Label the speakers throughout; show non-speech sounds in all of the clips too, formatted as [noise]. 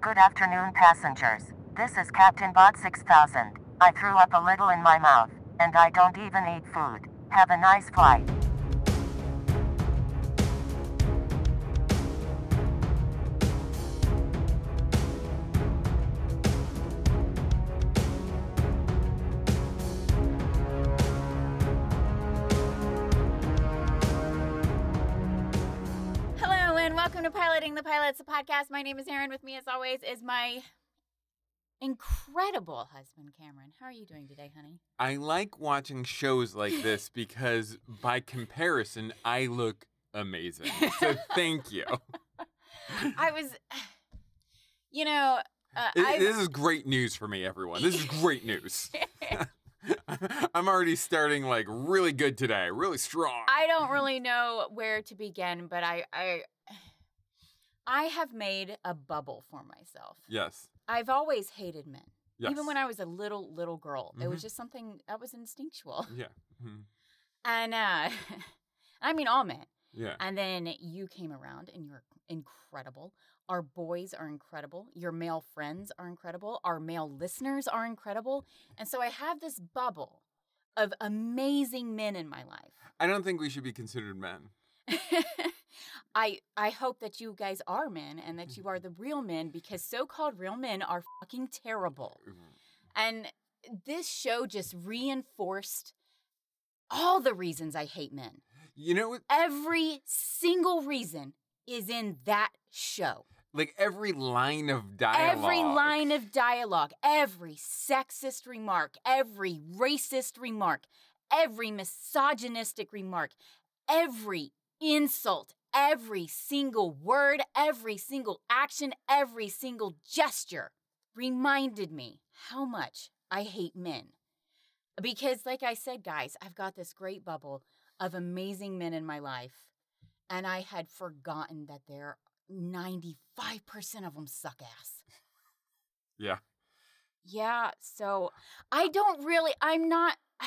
Speaker 1: Good afternoon, passengers. This is Captain Bot 6000. I threw up a little in my mouth, and I don't even eat food. Have a nice flight.
Speaker 2: Hello and welcome to Piloting the Pilots, the podcast. My name is Erin. With me, as always, is my incredible husband, Cameron. How are you doing today, honey?
Speaker 3: I like watching shows
Speaker 2: [laughs]
Speaker 3: like this because, by comparison, I look amazing.
Speaker 2: [laughs]
Speaker 3: So thank you.
Speaker 2: I was, [sighs] you know, uh,
Speaker 3: Th-
Speaker 2: I
Speaker 3: this is great news for me,
Speaker 2: [laughs]
Speaker 3: everyone. This is great news. [laughs] I'm already starting like really good today, really strong.
Speaker 2: I don't really know where to begin, but I I [sighs] I have made a bubble for myself.
Speaker 3: yes.
Speaker 2: I've always hated men.
Speaker 3: Yes. Mm-hmm.
Speaker 2: Even when I was a little little girl, it was just something that was instinctual. [laughs]
Speaker 3: Yeah. mhm,
Speaker 2: And uh [laughs] I mean all men.
Speaker 3: Yeah.
Speaker 2: And then you came around and you're incredible. Our boys are incredible. Your male friends are incredible. Our male listeners are incredible. And so I have this bubble of amazing men in my life. [laughs]
Speaker 3: I don't think we should be considered men.
Speaker 2: I I hope that you guys are men and that you are the real men because so-called real men are fucking terrible. And this show just reinforced all the reasons I hate men.
Speaker 3: You know what?
Speaker 2: Every single reason is in that show.
Speaker 3: Like every line of dialogue.
Speaker 2: Every line of dialogue, every sexist remark, every racist remark, every misogynistic remark, every insult, every single word, every single action, every single gesture reminded me how much I hate men. Because, like I said, guys, I've got this great bubble of amazing men in my life, and I had forgotten that there 95% of them suck ass.
Speaker 3: Yeah.
Speaker 2: Yeah, so I don't really, I'm not, [sighs]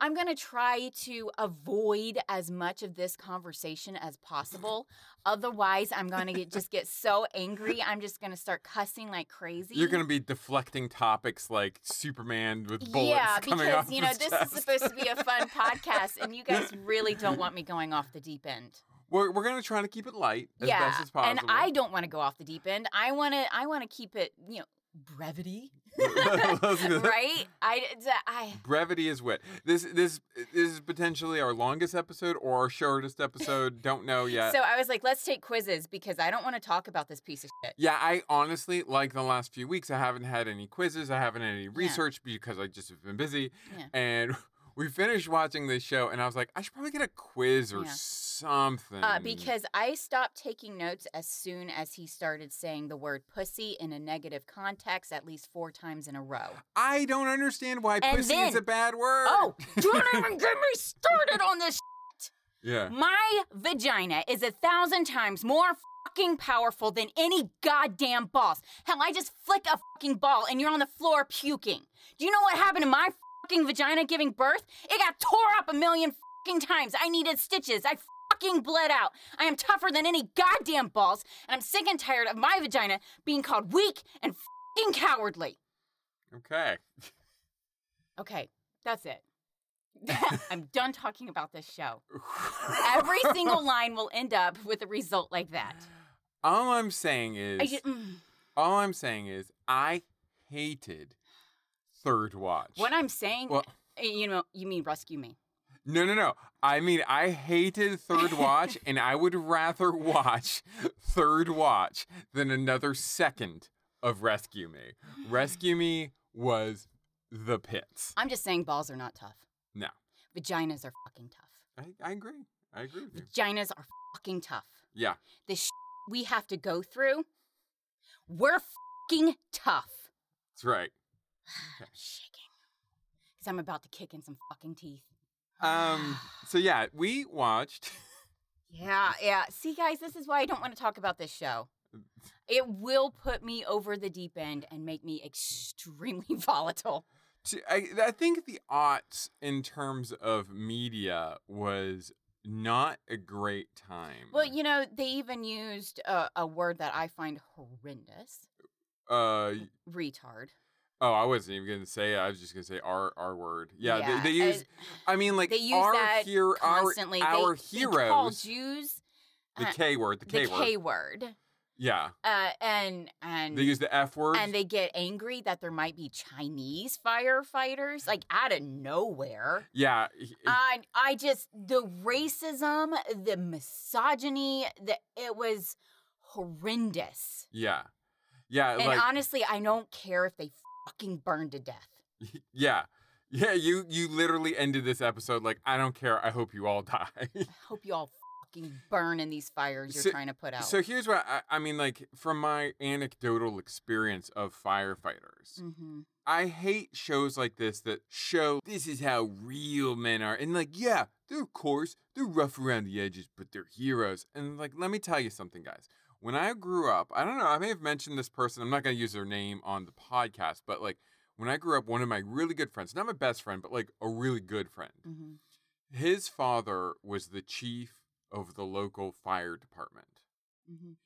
Speaker 2: I'm going to try to avoid as much of this conversation as possible. Otherwise, I'm going to just get so angry. I'm just going to start cussing like crazy.
Speaker 3: You're going to be deflecting topics like Superman with bullets
Speaker 2: yeah,
Speaker 3: coming
Speaker 2: because
Speaker 3: off
Speaker 2: you know
Speaker 3: his
Speaker 2: this
Speaker 3: chest.
Speaker 2: is supposed to be a fun podcast, and you guys really
Speaker 3: [laughs]
Speaker 2: don't want me going off the deep end.
Speaker 3: We're, we're going to try to keep it light as
Speaker 2: yeah,
Speaker 3: best as possible.
Speaker 2: and
Speaker 3: [laughs]
Speaker 2: I don't want to go off the deep end. I want to, I want to keep it, you know,
Speaker 3: [laughs]
Speaker 2: brevity, [laughs] right? I, I,
Speaker 3: Brevity is wit. This this this is potentially our longest episode or our shortest episode.
Speaker 2: [laughs]
Speaker 3: Don't know yet.
Speaker 2: So I was like, let's take quizzes because I don't want to talk about this piece of shit.
Speaker 3: yeah, I honestly like the last few weeks. I haven't had any quizzes. I haven't had any research because I just have been busy.
Speaker 2: Yeah.
Speaker 3: And [laughs] we finished watching this show, and I was like, I should probably get a quiz or
Speaker 2: Yeah.
Speaker 3: something.
Speaker 2: Uh, because I stopped taking notes as soon as he started saying the word pussy in a negative context at least four times in a row.
Speaker 3: I don't understand why
Speaker 2: And
Speaker 3: pussy
Speaker 2: then-
Speaker 3: is a bad word. [laughs]
Speaker 2: Oh, don't even get me started on this. Shit.
Speaker 3: yeah.
Speaker 2: My vagina is a thousand times more fucking powerful than any goddamn balls. Hell, I just flick a fucking ball and you're on the floor puking. Do you know what happened to my fucking vagina giving birth? It got tore up a million fucking times. I needed stitches. I fucking bled out. I am tougher than any goddamn balls, and I'm sick and tired of my vagina being called weak and fucking cowardly.
Speaker 3: Okay.
Speaker 2: Okay, that's it. [laughs] I'm done talking about this show.
Speaker 3: [laughs]
Speaker 2: Every single line will end up with a result like that.
Speaker 3: All I'm saying is.
Speaker 2: I ju- mm.
Speaker 3: All I'm saying is I hated Third Watch.
Speaker 2: What I'm saying,
Speaker 3: Well-
Speaker 2: eh, you know, you mean rescue me.
Speaker 3: no, no, no. I mean, I hated Third Watch, and I would rather watch Third Watch than another second of Rescue Me. Rescue Me was the pits.
Speaker 2: I'm just saying balls are not tough.
Speaker 3: No,
Speaker 2: Vaginas are fucking tough.
Speaker 3: I, I agree. I agree with you.
Speaker 2: Vaginas are fucking tough.
Speaker 3: Yeah.
Speaker 2: The sh- we have to go through, we're fucking tough.
Speaker 3: That's right.
Speaker 2: I'm shaking because I'm about to kick in some fucking teeth.
Speaker 3: Um. So yeah, we watched.
Speaker 2: Yeah, yeah. See, guys, this is why I don't want to talk about this show.
Speaker 3: Mm.
Speaker 2: It will put me over the deep end and make me extremely [laughs] volatile.
Speaker 3: t- I, I think the aughts in terms of media was not a great time.
Speaker 2: Well, you know, they even used a, a word that I find horrendous
Speaker 3: Uh,
Speaker 2: retard.
Speaker 3: oh, I wasn't even gonna say. it. I was just gonna say our our word. Yeah, They, they
Speaker 2: I-
Speaker 3: use. I mean, like
Speaker 2: they use
Speaker 3: our
Speaker 2: that
Speaker 3: hero, our,
Speaker 2: constantly. They-
Speaker 3: our
Speaker 2: they call
Speaker 3: heroes.
Speaker 2: Jews
Speaker 3: the
Speaker 2: uh,
Speaker 3: K word. The K word.
Speaker 2: word.
Speaker 3: yeah,
Speaker 2: Uh, and and
Speaker 3: they use the F word.
Speaker 2: and they get angry that there might be Chinese firefighters like out of nowhere.
Speaker 3: yeah, he-
Speaker 2: I I just the racism, the misogyny, the it was horrendous.
Speaker 3: yeah, yeah.
Speaker 2: And
Speaker 3: like
Speaker 2: honestly, I don't care if they fucking burn to death.
Speaker 3: [laughs] yeah. Yeah, you you literally ended this episode like I don't care. I hope you all [laughs] die.
Speaker 2: I hope you all fucking burn in these fires you're
Speaker 3: So-
Speaker 2: trying to put out.
Speaker 3: So here's what I, I mean, like from my anecdotal experience of firefighters,
Speaker 2: Mhm.
Speaker 3: I hate shows like this that show this is how real men are, and like, yeah, they're coarse, they're rough around the edges, but they're heroes. And like, let me tell you something, guys. When I grew up, I don't know, I may have mentioned this person. I'm not gonna use their name on the podcast, but like when I grew up, one of my really good friends, not my best friend, but like a really good friend,
Speaker 2: Mhm.
Speaker 3: his father was the chief of the local fire department.
Speaker 2: Mhm.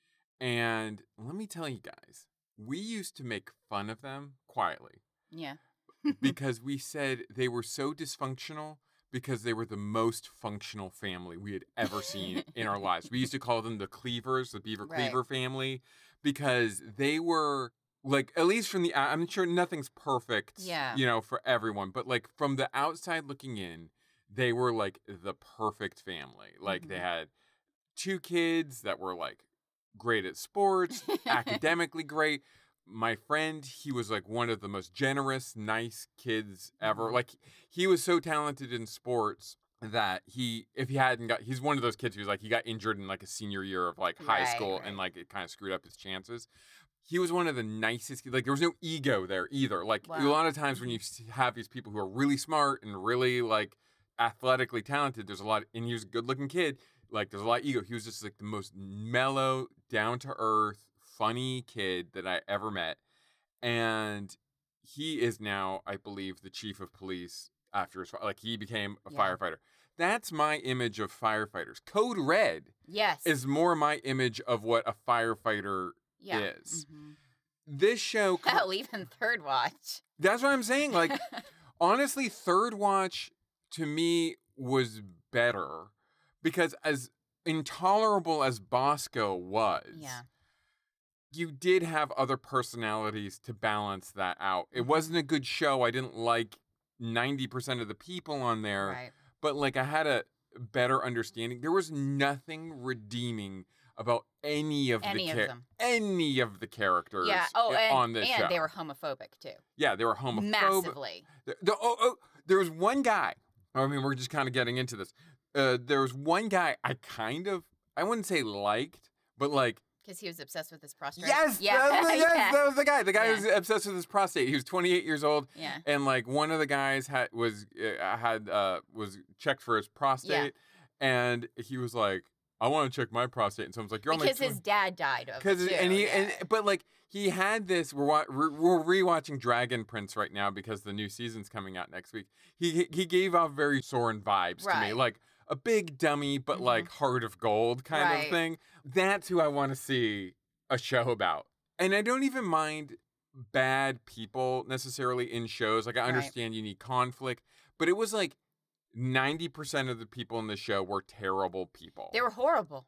Speaker 3: And let me tell you guys, we used to make fun of them quietly
Speaker 2: Yeah. Mm-hmm.
Speaker 3: because we said they were so dysfunctional because they were the most functional family we had ever seen
Speaker 2: [laughs]
Speaker 3: in our lives. We used to call them the Cleavers, the Beaver
Speaker 2: Right.
Speaker 3: Cleaver family, because they were like at least from the I'm sure nothing's perfect,
Speaker 2: Yeah.
Speaker 3: you know, for everyone, but like from the outside looking in, they were like the perfect family. Like they
Speaker 2: Mhm.
Speaker 3: had two kids that were like great at sports,
Speaker 2: [laughs]
Speaker 3: academically great. My friend, he was like one of the most generous, nice kids ever.
Speaker 2: Mhm.
Speaker 3: Like he was so talented in sports that he, if he hadn't got, he's one of those kids who's like he got injured in like a senior year of like high
Speaker 2: Right,
Speaker 3: school
Speaker 2: right.
Speaker 3: and like it kind of screwed up his chances. He was one of the nicest. Like there was no ego there either. Like a
Speaker 2: Wow. Mm-hmm.
Speaker 3: lot of times when you s- have these people who are really smart and really like athletically talented, there's a lot, and he was a good-looking kid like there's a lot of ego. He was just like the most mellow, down to earth, funny kid that I ever met. And he is now, I believe, the chief of police after his fi- like he became a
Speaker 2: Yeah.
Speaker 3: firefighter. That's my image of firefighters. Code Red
Speaker 2: Yes.
Speaker 3: is more my image of what a firefighter
Speaker 2: yeah.
Speaker 3: is.
Speaker 2: Mhm. [laughs]
Speaker 3: this show co-
Speaker 2: Hell, even third watch.
Speaker 3: that's what I'm
Speaker 2: [laughs]
Speaker 3: saying. Like honestly, Third Watch to me was better because as intolerable as Bosco was,
Speaker 2: yeah.
Speaker 3: you did have other personalities to balance that out. It
Speaker 2: Mhm.
Speaker 3: wasn't a good show. I didn't like 90% of the people on there,
Speaker 2: Right.
Speaker 3: but like I had a better understanding. There was nothing redeeming about any of
Speaker 2: Any
Speaker 3: the
Speaker 2: of
Speaker 3: char-
Speaker 2: them.
Speaker 3: any of the characters
Speaker 2: Yeah. Oh,
Speaker 3: i-
Speaker 2: and,
Speaker 3: on this
Speaker 2: and
Speaker 3: show.
Speaker 2: they were homophobic too.
Speaker 3: yeah, they were homophobic.
Speaker 2: Massively.
Speaker 3: The, the- oh, oh, there was one guy. I mean, we're just kind of getting into this. Uh, there was one guy I kind of, I wouldn't say liked, but like,
Speaker 2: Because he was obsessed with his prostrate.
Speaker 3: yes,
Speaker 2: Yeah. [laughs]
Speaker 3: that, was the, yes
Speaker 2: yeah.
Speaker 3: that was the guy. The guy
Speaker 2: Yeah.
Speaker 3: who's obsessed with his prostate. He was 28 years old,
Speaker 2: yeah.
Speaker 3: and like one of the guys had was uh, had uh, was checked for his prostate, and he was like, "I want to check my prostate," and someone's like, "You're only
Speaker 2: because
Speaker 3: 20
Speaker 2: his dad died of it
Speaker 3: because
Speaker 2: too,
Speaker 3: and he
Speaker 2: yeah.
Speaker 3: and but like he had this we're wa- we're we're rewatching Dragon Prince right now because the new season's coming out next week. He he gave off very Soren vibes to me,
Speaker 2: Right.
Speaker 3: like a big dummy but
Speaker 2: Mhm.
Speaker 3: like heart of gold kind of
Speaker 2: Right.
Speaker 3: thing. That's who I want to see a show about. And I don't even mind bad people necessarily in shows. Like I
Speaker 2: Right.
Speaker 3: understand you need conflict, but it was like 90% of the people in the show were terrible people.
Speaker 2: they were horrible.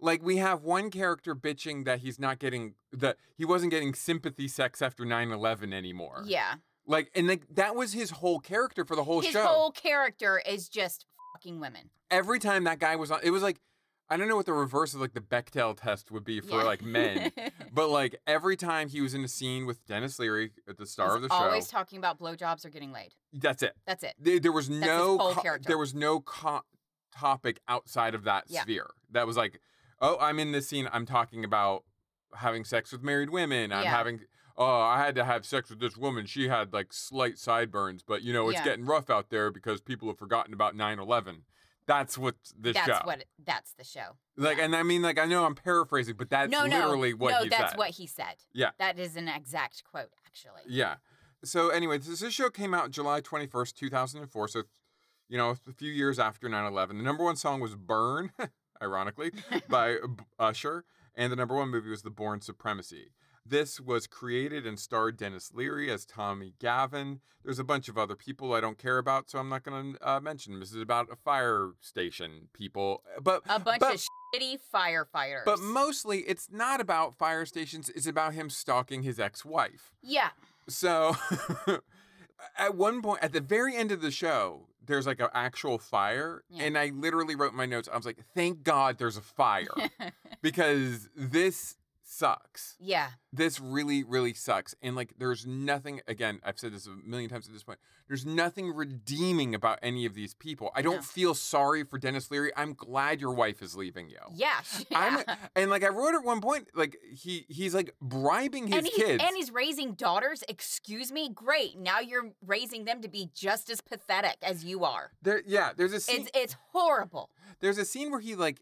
Speaker 3: Like we have one character bitching that he's not getting that he wasn't getting sympathy sex after 9/11 anymore.
Speaker 2: Yeah,
Speaker 3: Like and like that was his whole character for the whole
Speaker 2: his
Speaker 3: show.
Speaker 2: whole character is just fucking women.
Speaker 3: Every time that guy was on it was like I don't know what the reverse of like the Bechtel test would be for
Speaker 2: Yeah.
Speaker 3: like men.
Speaker 2: [laughs]
Speaker 3: but like every time he was in a scene with Dennis Leary at the star
Speaker 2: He's
Speaker 3: of the show,
Speaker 2: Always talking about blowjobs or getting laid.
Speaker 3: that's it.
Speaker 2: That's it.
Speaker 3: There, there was
Speaker 2: his
Speaker 3: no
Speaker 2: whole
Speaker 3: co-
Speaker 2: character.
Speaker 3: there was no co- topic outside of that
Speaker 2: Yeah.
Speaker 3: sphere. That was like, oh, I'm in this scene. I'm talking about having sex with married women. I'm
Speaker 2: Yeah.
Speaker 3: having oh, I had to have sex with this woman. She had like slight sideburns, but you know it's
Speaker 2: Yeah.
Speaker 3: getting rough out there because people have forgotten about 9/11. That's what this
Speaker 2: that's
Speaker 3: show
Speaker 2: what. It, that's the show.
Speaker 3: like,
Speaker 2: yeah.
Speaker 3: and I mean, like, I know I'm paraphrasing, but that's
Speaker 2: no, no,
Speaker 3: literally what
Speaker 2: no.
Speaker 3: he
Speaker 2: that's
Speaker 3: said.
Speaker 2: what he said.
Speaker 3: Yeah.
Speaker 2: that is an exact quote, actually.
Speaker 3: Yeah. So, anyway, this, this show came out July 21st, 2004. So, you know, a few years after 9 11. The number one song was Burn, [laughs]
Speaker 2: [laughs]
Speaker 3: ironically, by B- Usher. And the number one movie was The Born Supremacy. This was created and starred Dennis Leary as Tommy Gavin. There's a bunch of other people I don't care about, so I'm not going to uh, mention. This is about a fire station people, uh, but
Speaker 2: A bunch
Speaker 3: but,
Speaker 2: of shitty firefighters.
Speaker 3: but mostly it's not about fire stations. It's about him stalking his ex-wife.
Speaker 2: yeah,
Speaker 3: So [laughs] at one point at the very end of the show, there's like an actual fire.
Speaker 2: Yeah.
Speaker 3: And I literally wrote in my notes, I was like, thank God there's a fire.
Speaker 2: [laughs]
Speaker 3: because this sucks.
Speaker 2: yeah,
Speaker 3: This really, really sucks. And like there's nothing again, I've said this a million times at this point. There's nothing redeeming about any of these people. I don't
Speaker 2: No.
Speaker 3: feel sorry for Dennis Leary. I'm glad your wife is leaving you.
Speaker 2: yeah. [laughs] sh-
Speaker 3: I'm,
Speaker 2: yeah.
Speaker 3: and like I wrote at one point, like he he's like bribing his
Speaker 2: and he's,
Speaker 3: kids.
Speaker 2: and he's raising daughters. Excuse me. Great. Now you're raising them to be just as pathetic as you are.
Speaker 3: there, yeah, there's a scene-
Speaker 2: It's it's horrible.
Speaker 3: There's a scene where he like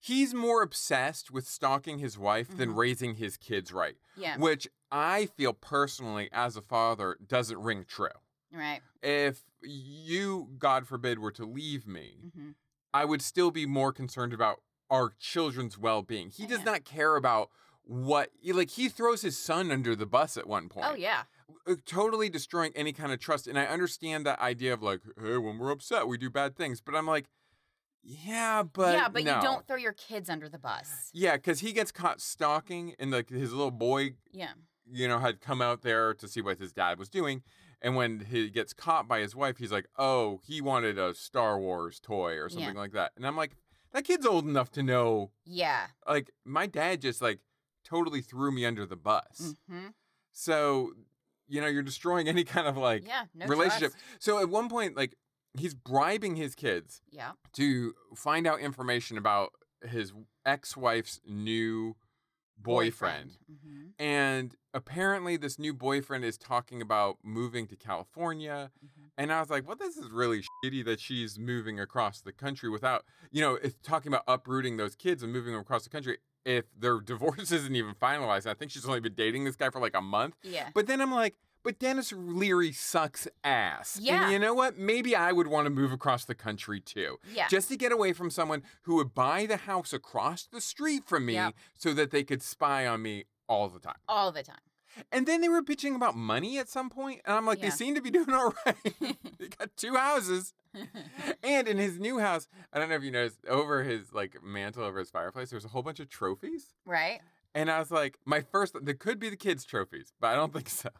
Speaker 3: he's more obsessed with stalking his wife than
Speaker 2: Mhm.
Speaker 3: raising his kids right,
Speaker 2: Yeah.
Speaker 3: which I feel personally as a father doesn't ring true.
Speaker 2: Right.
Speaker 3: If you, God forbid, were to leave me,
Speaker 2: hmm
Speaker 3: I would still be more concerned about our children's well being. He does
Speaker 2: Yeah.
Speaker 3: not care about what, like, he throws his son under the bus at one point
Speaker 2: Oh yeah.
Speaker 3: uh, totally destroying any kind of trust. And I understand that idea of like, hey, when we're upset, we do bad things. But I'm like, yeah, but
Speaker 2: yeah, but
Speaker 3: no."
Speaker 2: you don't throw your kids under the bus.
Speaker 3: Yeah, because he gets caught stalking, and like his little boy,
Speaker 2: Yeah.
Speaker 3: you know, had come out there to see what his dad was doing. And when he gets caught by his wife, he's like, oh, he wanted a Star Wars toy
Speaker 2: Yeah.
Speaker 3: or something like that. And I'm like, that kid's old enough to know.
Speaker 2: Yeah.
Speaker 3: Like, my dad just like totally threw me under the bus.
Speaker 2: hmm
Speaker 3: So, you know, you're destroying any kind of like
Speaker 2: Yeah. No
Speaker 3: relationship.
Speaker 2: trust.
Speaker 3: So at one point, like he's bribing his kids
Speaker 2: Yeah.
Speaker 3: to find out information about his ex-wife's new boyfriend.
Speaker 2: Mhm,
Speaker 3: And apparently this new boyfriend is talking about moving to California.
Speaker 2: mhm.
Speaker 3: And I was like, well, this is really shitty that she's moving across the country without, you know, it's talking about uprooting those kids and moving them across the country if their [laughs] divorce isn't even finalized. I think she's only been dating this guy for like a month.
Speaker 2: Yeah.
Speaker 3: But then I'm like, but Dennis Leary sucks ass.
Speaker 2: Yeah.
Speaker 3: And you know what? Maybe I would want to move across the country too.
Speaker 2: Yeah.
Speaker 3: Just to get away from someone who would buy the house across the street from me
Speaker 2: Yep.
Speaker 3: so that they could spy on me all the time.
Speaker 2: All the time.
Speaker 3: And then they were bitching about money at some point, and I'm like, they
Speaker 2: Yeah.
Speaker 3: seem to be doing all right.
Speaker 2: [laughs]
Speaker 3: [laughs] they got two houses. and in his new house, I don't know if you noticed, over his like mantle over his fireplace, there's a whole bunch of trophies. [laughs]
Speaker 2: Right. [laughs]
Speaker 3: And I was like, my first, that could be the kids' trophies, but I don't
Speaker 2: [laughs]
Speaker 3: think so.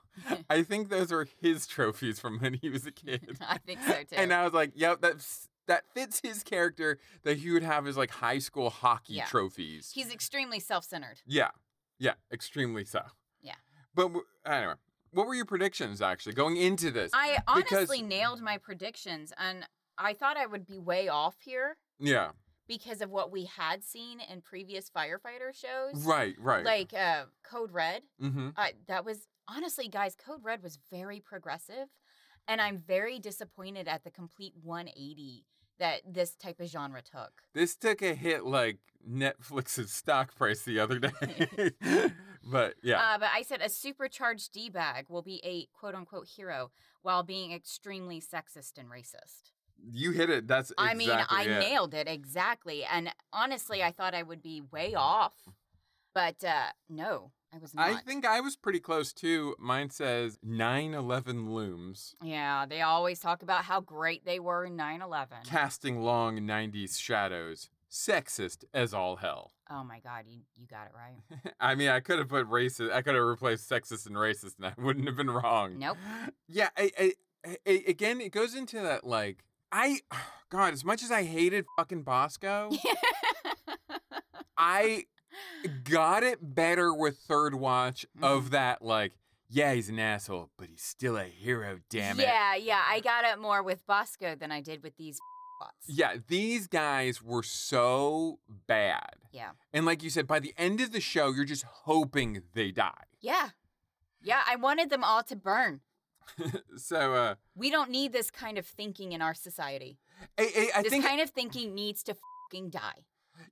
Speaker 3: I think those are his trophies from when he was a kid.
Speaker 2: I think so too.
Speaker 3: And I was like, yep, that's, that fits his character that he would have his like high school hockey
Speaker 2: Yeah.
Speaker 3: trophies.
Speaker 2: He's extremely self-centered.
Speaker 3: yeah. Yeah. Extremely so.
Speaker 2: Yeah.
Speaker 3: But w- anyway, what were your predictions actually going into this?
Speaker 2: I
Speaker 3: Because-
Speaker 2: honestly nailed my predictions, and I thought I would be way off here
Speaker 3: yeah.
Speaker 2: because of what we had seen in previous firefighter shows,
Speaker 3: Right. Right.
Speaker 2: like uh, Code Red.
Speaker 3: mm-hmm.
Speaker 2: I that was honestly, guys, Code Red was very progressive, and I'm very disappointed at the complete 180 that this type of genre took.
Speaker 3: This took a hit like Netflix's stock price the
Speaker 2: [laughs]
Speaker 3: other day. [laughs] but yeah.
Speaker 2: Uh, but I said a supercharged D bag will be a quote unquote hero while being extremely sexist and racist.
Speaker 3: you hit it. That's
Speaker 2: I mean, I
Speaker 3: exactly it. Mm.
Speaker 2: nailed it exactly. And honestly, I thought I would be way off, but uh, no, I was not.
Speaker 3: I think I was pretty close too. Mine says 9/11 looms,
Speaker 2: yeah, they always talk about how great they were in 9 11.
Speaker 3: casting long 90s shadows, sexist as all hell. [laughs]
Speaker 2: oh my God, you, you got it right. [laughs]
Speaker 3: I mean, I could have put racist, I could have replaced sexist and racist and I wouldn't have been wrong.
Speaker 2: Nope.
Speaker 3: Yeah, I, I, I- again, it goes into that like I [sighs] god, as much as I hated fucking
Speaker 2: [laughs]
Speaker 3: Bosco, I got it better with third watch of that like yeah, he's an asshole, but he's still a hero, [laughs] damn it.
Speaker 2: yeah, yeah, I got it more with Bosco than I did with these [laughs] bots.
Speaker 3: Yeah, these guys were so bad.
Speaker 2: Yeah.
Speaker 3: And like you said, by the end of the show, you're just hoping they die.
Speaker 2: Yeah. Yeah, I wanted them all to burn.
Speaker 3: So uh
Speaker 2: We don't need this kind of thinking in our society.
Speaker 3: I, I, I
Speaker 2: this
Speaker 3: think
Speaker 2: kind of thinking needs to fucking die.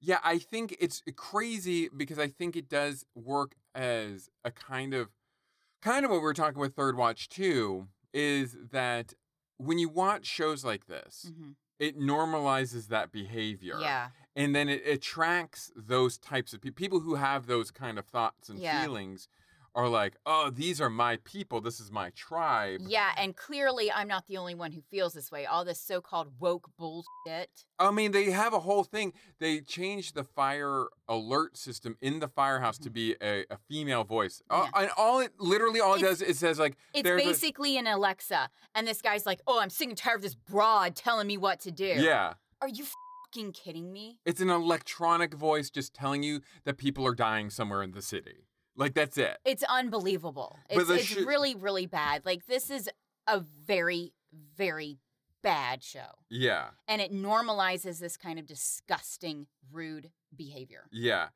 Speaker 3: yeah, I think it's crazy because I think it does work as a kind of kind of what we were talking with Third Watch too, is that when you watch shows like this,
Speaker 2: Mm-hmm.
Speaker 3: it normalizes that behavior.
Speaker 2: Yeah.
Speaker 3: and then it attracts those types of people people who have those kind of thoughts and
Speaker 2: Yeah.
Speaker 3: feelings are like, oh, these are my people. This is my tribe.
Speaker 2: Yeah, and clearly I'm not the only one who feels this way. All this so-called woke bullshit.
Speaker 3: I mean, they have a whole thing. They changed the fire alert system in the firehouse
Speaker 2: Mm.
Speaker 3: to be a, a female voice. Uh, and all it literally all it
Speaker 2: It's-
Speaker 3: does is says like
Speaker 2: It's
Speaker 3: there's a-
Speaker 2: basically an Alexa, and this guy's like, "Oh, I'm sick and tired of this broad telling me what to do."
Speaker 3: yeah.
Speaker 2: Are you fucking kidding me?
Speaker 3: It's an electronic voice just telling you that people are dying somewhere in the city. Like that's it.
Speaker 2: It's unbelievable.
Speaker 3: But
Speaker 2: It's,
Speaker 3: the
Speaker 2: it's
Speaker 3: sh-
Speaker 2: really, really bad. Like this is a very, very bad show,
Speaker 3: Yeah.
Speaker 2: and it normalizes this kind of disgusting, rude behavior,
Speaker 3: Yeah.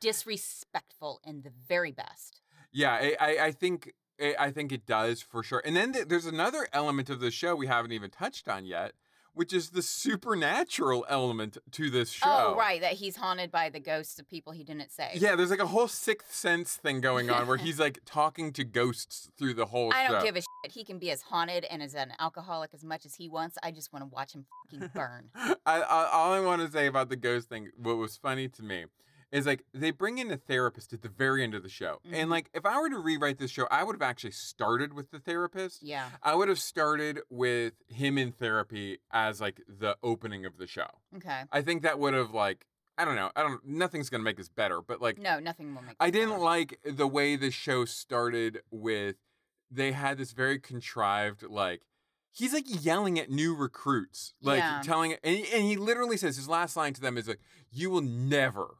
Speaker 2: disrespectful, and the very best.
Speaker 3: Yeah, I, I, I think I I think it does for sure. And then th- there's another element of the show we haven't even touched on yet, which is the supernatural element to this show.
Speaker 2: Oh, right, that he's haunted by the ghosts of people he didn't say.
Speaker 3: Yeah, there's like a whole sixth sense thing going
Speaker 2: [laughs]
Speaker 3: on where he's like talking to ghosts through the whole
Speaker 2: I
Speaker 3: show.
Speaker 2: don't give a shit. He can be as haunted and as an alcoholic as much as he wants. I just want to watch him
Speaker 3: [laughs]
Speaker 2: fucking burn.
Speaker 3: I, I, all I want to say about the ghost thing, what was funny to me, is like they bring in a therapist at the very end of the show. And
Speaker 2: Mhm.
Speaker 3: like if I were to rewrite this show, I would have actually started with the therapist.
Speaker 2: Yeah.
Speaker 3: I would have started with him in therapy as like the opening of the show.
Speaker 2: Okay.
Speaker 3: I think that would have like I don't know. I don't. Nothing's gonna make this better, but like
Speaker 2: No, nothing will make.
Speaker 3: I
Speaker 2: this
Speaker 3: didn't
Speaker 2: better.
Speaker 3: like the way the show started with they had this very contrived like he's like yelling at new recruits like
Speaker 2: Yeah.
Speaker 3: telling and he, and he literally says his last line to them is like you
Speaker 2: [laughs]
Speaker 3: will never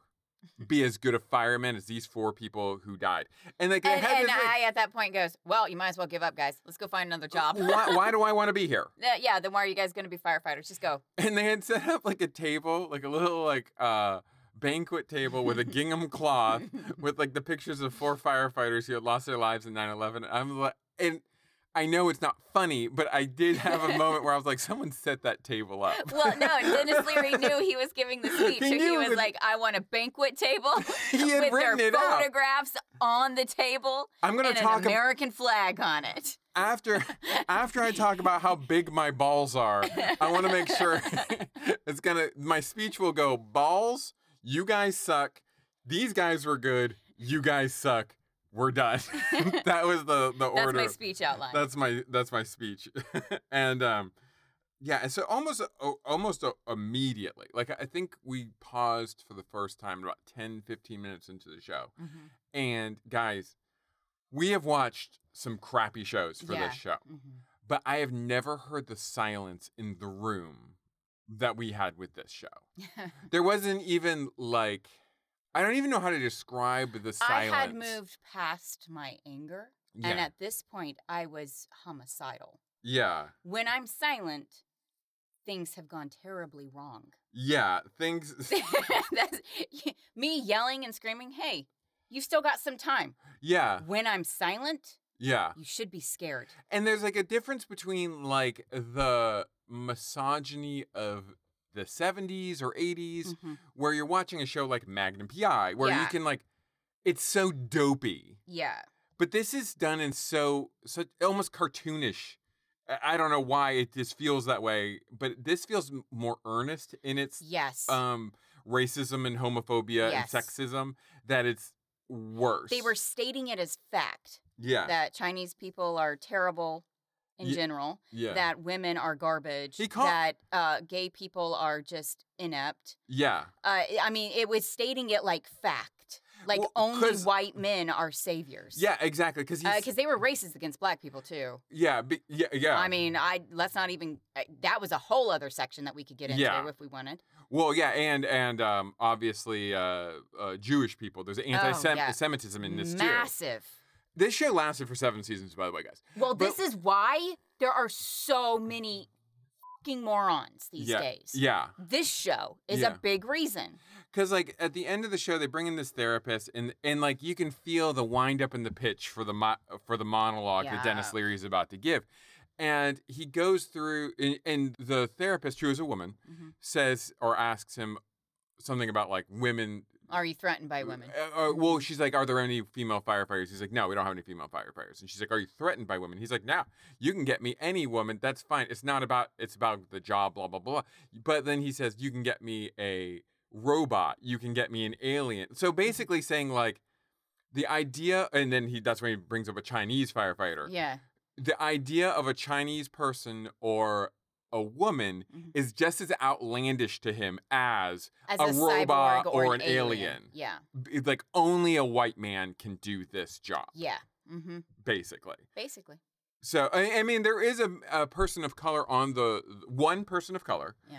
Speaker 3: be as good a fireman as these four people who died and like they
Speaker 2: And,
Speaker 3: had
Speaker 2: and
Speaker 3: this, like,
Speaker 2: I, at that point, goes, "Well, you might as well give up, guys. Let's go find
Speaker 3: Uh,
Speaker 2: another job." [laughs]
Speaker 3: why, why do I want to be here
Speaker 2: Uh, yeah. Then why are you guys going to be firefighters? Just go.
Speaker 3: and they had set up like a table like a little like uh banquet table with a gingham cloth with like the pictures of four firefighters who had lost their lives in 9-11 i'm like and i know it's not funny but i did have a moment where i was like someone set that table up
Speaker 2: Well, no.
Speaker 3: [laughs]
Speaker 2: And Dennis Leary knew he was giving the speech,
Speaker 3: He
Speaker 2: so he
Speaker 3: knew
Speaker 2: was
Speaker 3: it.
Speaker 2: like, "I want a banquet table
Speaker 3: [laughs] he
Speaker 2: [laughs]
Speaker 3: had
Speaker 2: with their
Speaker 3: written it out
Speaker 2: photographs on the table
Speaker 3: i'm going
Speaker 2: and
Speaker 3: to
Speaker 2: an
Speaker 3: talk ab-
Speaker 2: American flag on it."
Speaker 3: after after i talk about how big my balls are i want to make sure [laughs] it's going to my speech will go balls you guys suck these guys were good you guys suck we're done [laughs] that was the the
Speaker 2: That's
Speaker 3: order
Speaker 2: my speech outline.
Speaker 3: that's my that's my speech [laughs] and um yeah and so almost o- almost o- immediately like i think we paused for the first time about 10 15 minutes into the show
Speaker 2: Mhm,
Speaker 3: and guys we have watched some crappy shows for
Speaker 2: Yeah.
Speaker 3: this show
Speaker 2: mhm.
Speaker 3: but i have never heard the silence in the room that we had with this show
Speaker 2: mm-hmm.
Speaker 3: there wasn't even like i don't even know how to describe the
Speaker 2: [laughs] I
Speaker 3: silence
Speaker 2: had moved past my anger,
Speaker 3: yeah
Speaker 2: and at this point, I was homicidal.
Speaker 3: yeah
Speaker 2: When I'm silent, things have gone terribly wrong. [laughs]
Speaker 3: yeah things [laughs]
Speaker 2: That's me yelling and screaming, hey, you've still got some time.
Speaker 3: yeah
Speaker 2: When I'm silent,
Speaker 3: Yeah.
Speaker 2: you should be scared.
Speaker 3: And there's like a difference between like the misogyny of the 70s or 80s
Speaker 2: Mhm.
Speaker 3: where you're watching a show like Magnum PI where you
Speaker 2: Yeah.
Speaker 3: can like it's so dopey.
Speaker 2: Yeah.
Speaker 3: But this is done in so such almost cartoonish. I- I don't know why it just feels that way, but this feels m- more earnest in its
Speaker 2: Yes.
Speaker 3: um racism and homophobia
Speaker 2: Yes.
Speaker 3: and sexism that it's worse.
Speaker 2: they were stating it as fact
Speaker 3: yeah.
Speaker 2: that Chinese people are terrible in
Speaker 3: Uh. Ye-
Speaker 2: general,
Speaker 3: yeah.
Speaker 2: that women are garbage,
Speaker 3: He call-
Speaker 2: that uh, gay people are just inept.
Speaker 3: yeah.
Speaker 2: Uh, I mean, it was stating it like fact. Like
Speaker 3: Well,
Speaker 2: only
Speaker 3: 'cause-
Speaker 2: white men are saviors.
Speaker 3: Yeah, exactly. Because he's
Speaker 2: because they were racist against black people too.
Speaker 3: Yeah, be, yeah, yeah.
Speaker 2: I mean, I let's not even. I- That was a whole other section that we could get into
Speaker 3: Yeah.
Speaker 2: if we wanted.
Speaker 3: well, yeah, and and um, obviously uh, uh, Jewish people. There's
Speaker 2: Oh, yeah.
Speaker 3: anti-Semitism in this too.
Speaker 2: Massive.
Speaker 3: This show lasted for seven seasons, by the way, guys.
Speaker 2: Well,
Speaker 3: But-
Speaker 2: this is why there are so many fucking morons these
Speaker 3: yeah,
Speaker 2: days.
Speaker 3: yeah,
Speaker 2: This show is
Speaker 3: Yeah.
Speaker 2: a big reason.
Speaker 3: because like at the end of the show, they bring in this therapist, and and like you can feel the wind up and the pitch for the mo- for the monologue that Dennis
Speaker 2: Yeah.
Speaker 3: Leary is about to give, and he goes through, and, and the therapist, who is a woman,
Speaker 2: Mhm.
Speaker 3: says or asks him something about like women
Speaker 2: Are you threatened by women?
Speaker 3: Uh, uh, well, she's like, "Are there any female firefighters?" He's like, "No, we don't have any female firefighters." And she's like, "Are you threatened by women?" He's like, "No, you can get me any woman. That's fine. It's not about it's about the job, blah blah blah." But then he says, "You can
Speaker 2: Mm-hmm.
Speaker 3: get me a robot. You can get me an alien." So basically saying like, the idea, and then he that's when he brings up a Chinese firefighter.
Speaker 2: Yeah.
Speaker 3: The idea of a Chinese person or a woman
Speaker 2: Mhm.
Speaker 3: is just as outlandish to him as
Speaker 2: As
Speaker 3: A
Speaker 2: a,
Speaker 3: robot
Speaker 2: cyborg or, an, alien. Yeah.
Speaker 3: b- like only a white man can do this job,
Speaker 2: Yeah. Mm-hmm.
Speaker 3: basically.
Speaker 2: Basically.
Speaker 3: So I, I mean, there is a, a person of color on the one person of color, uh,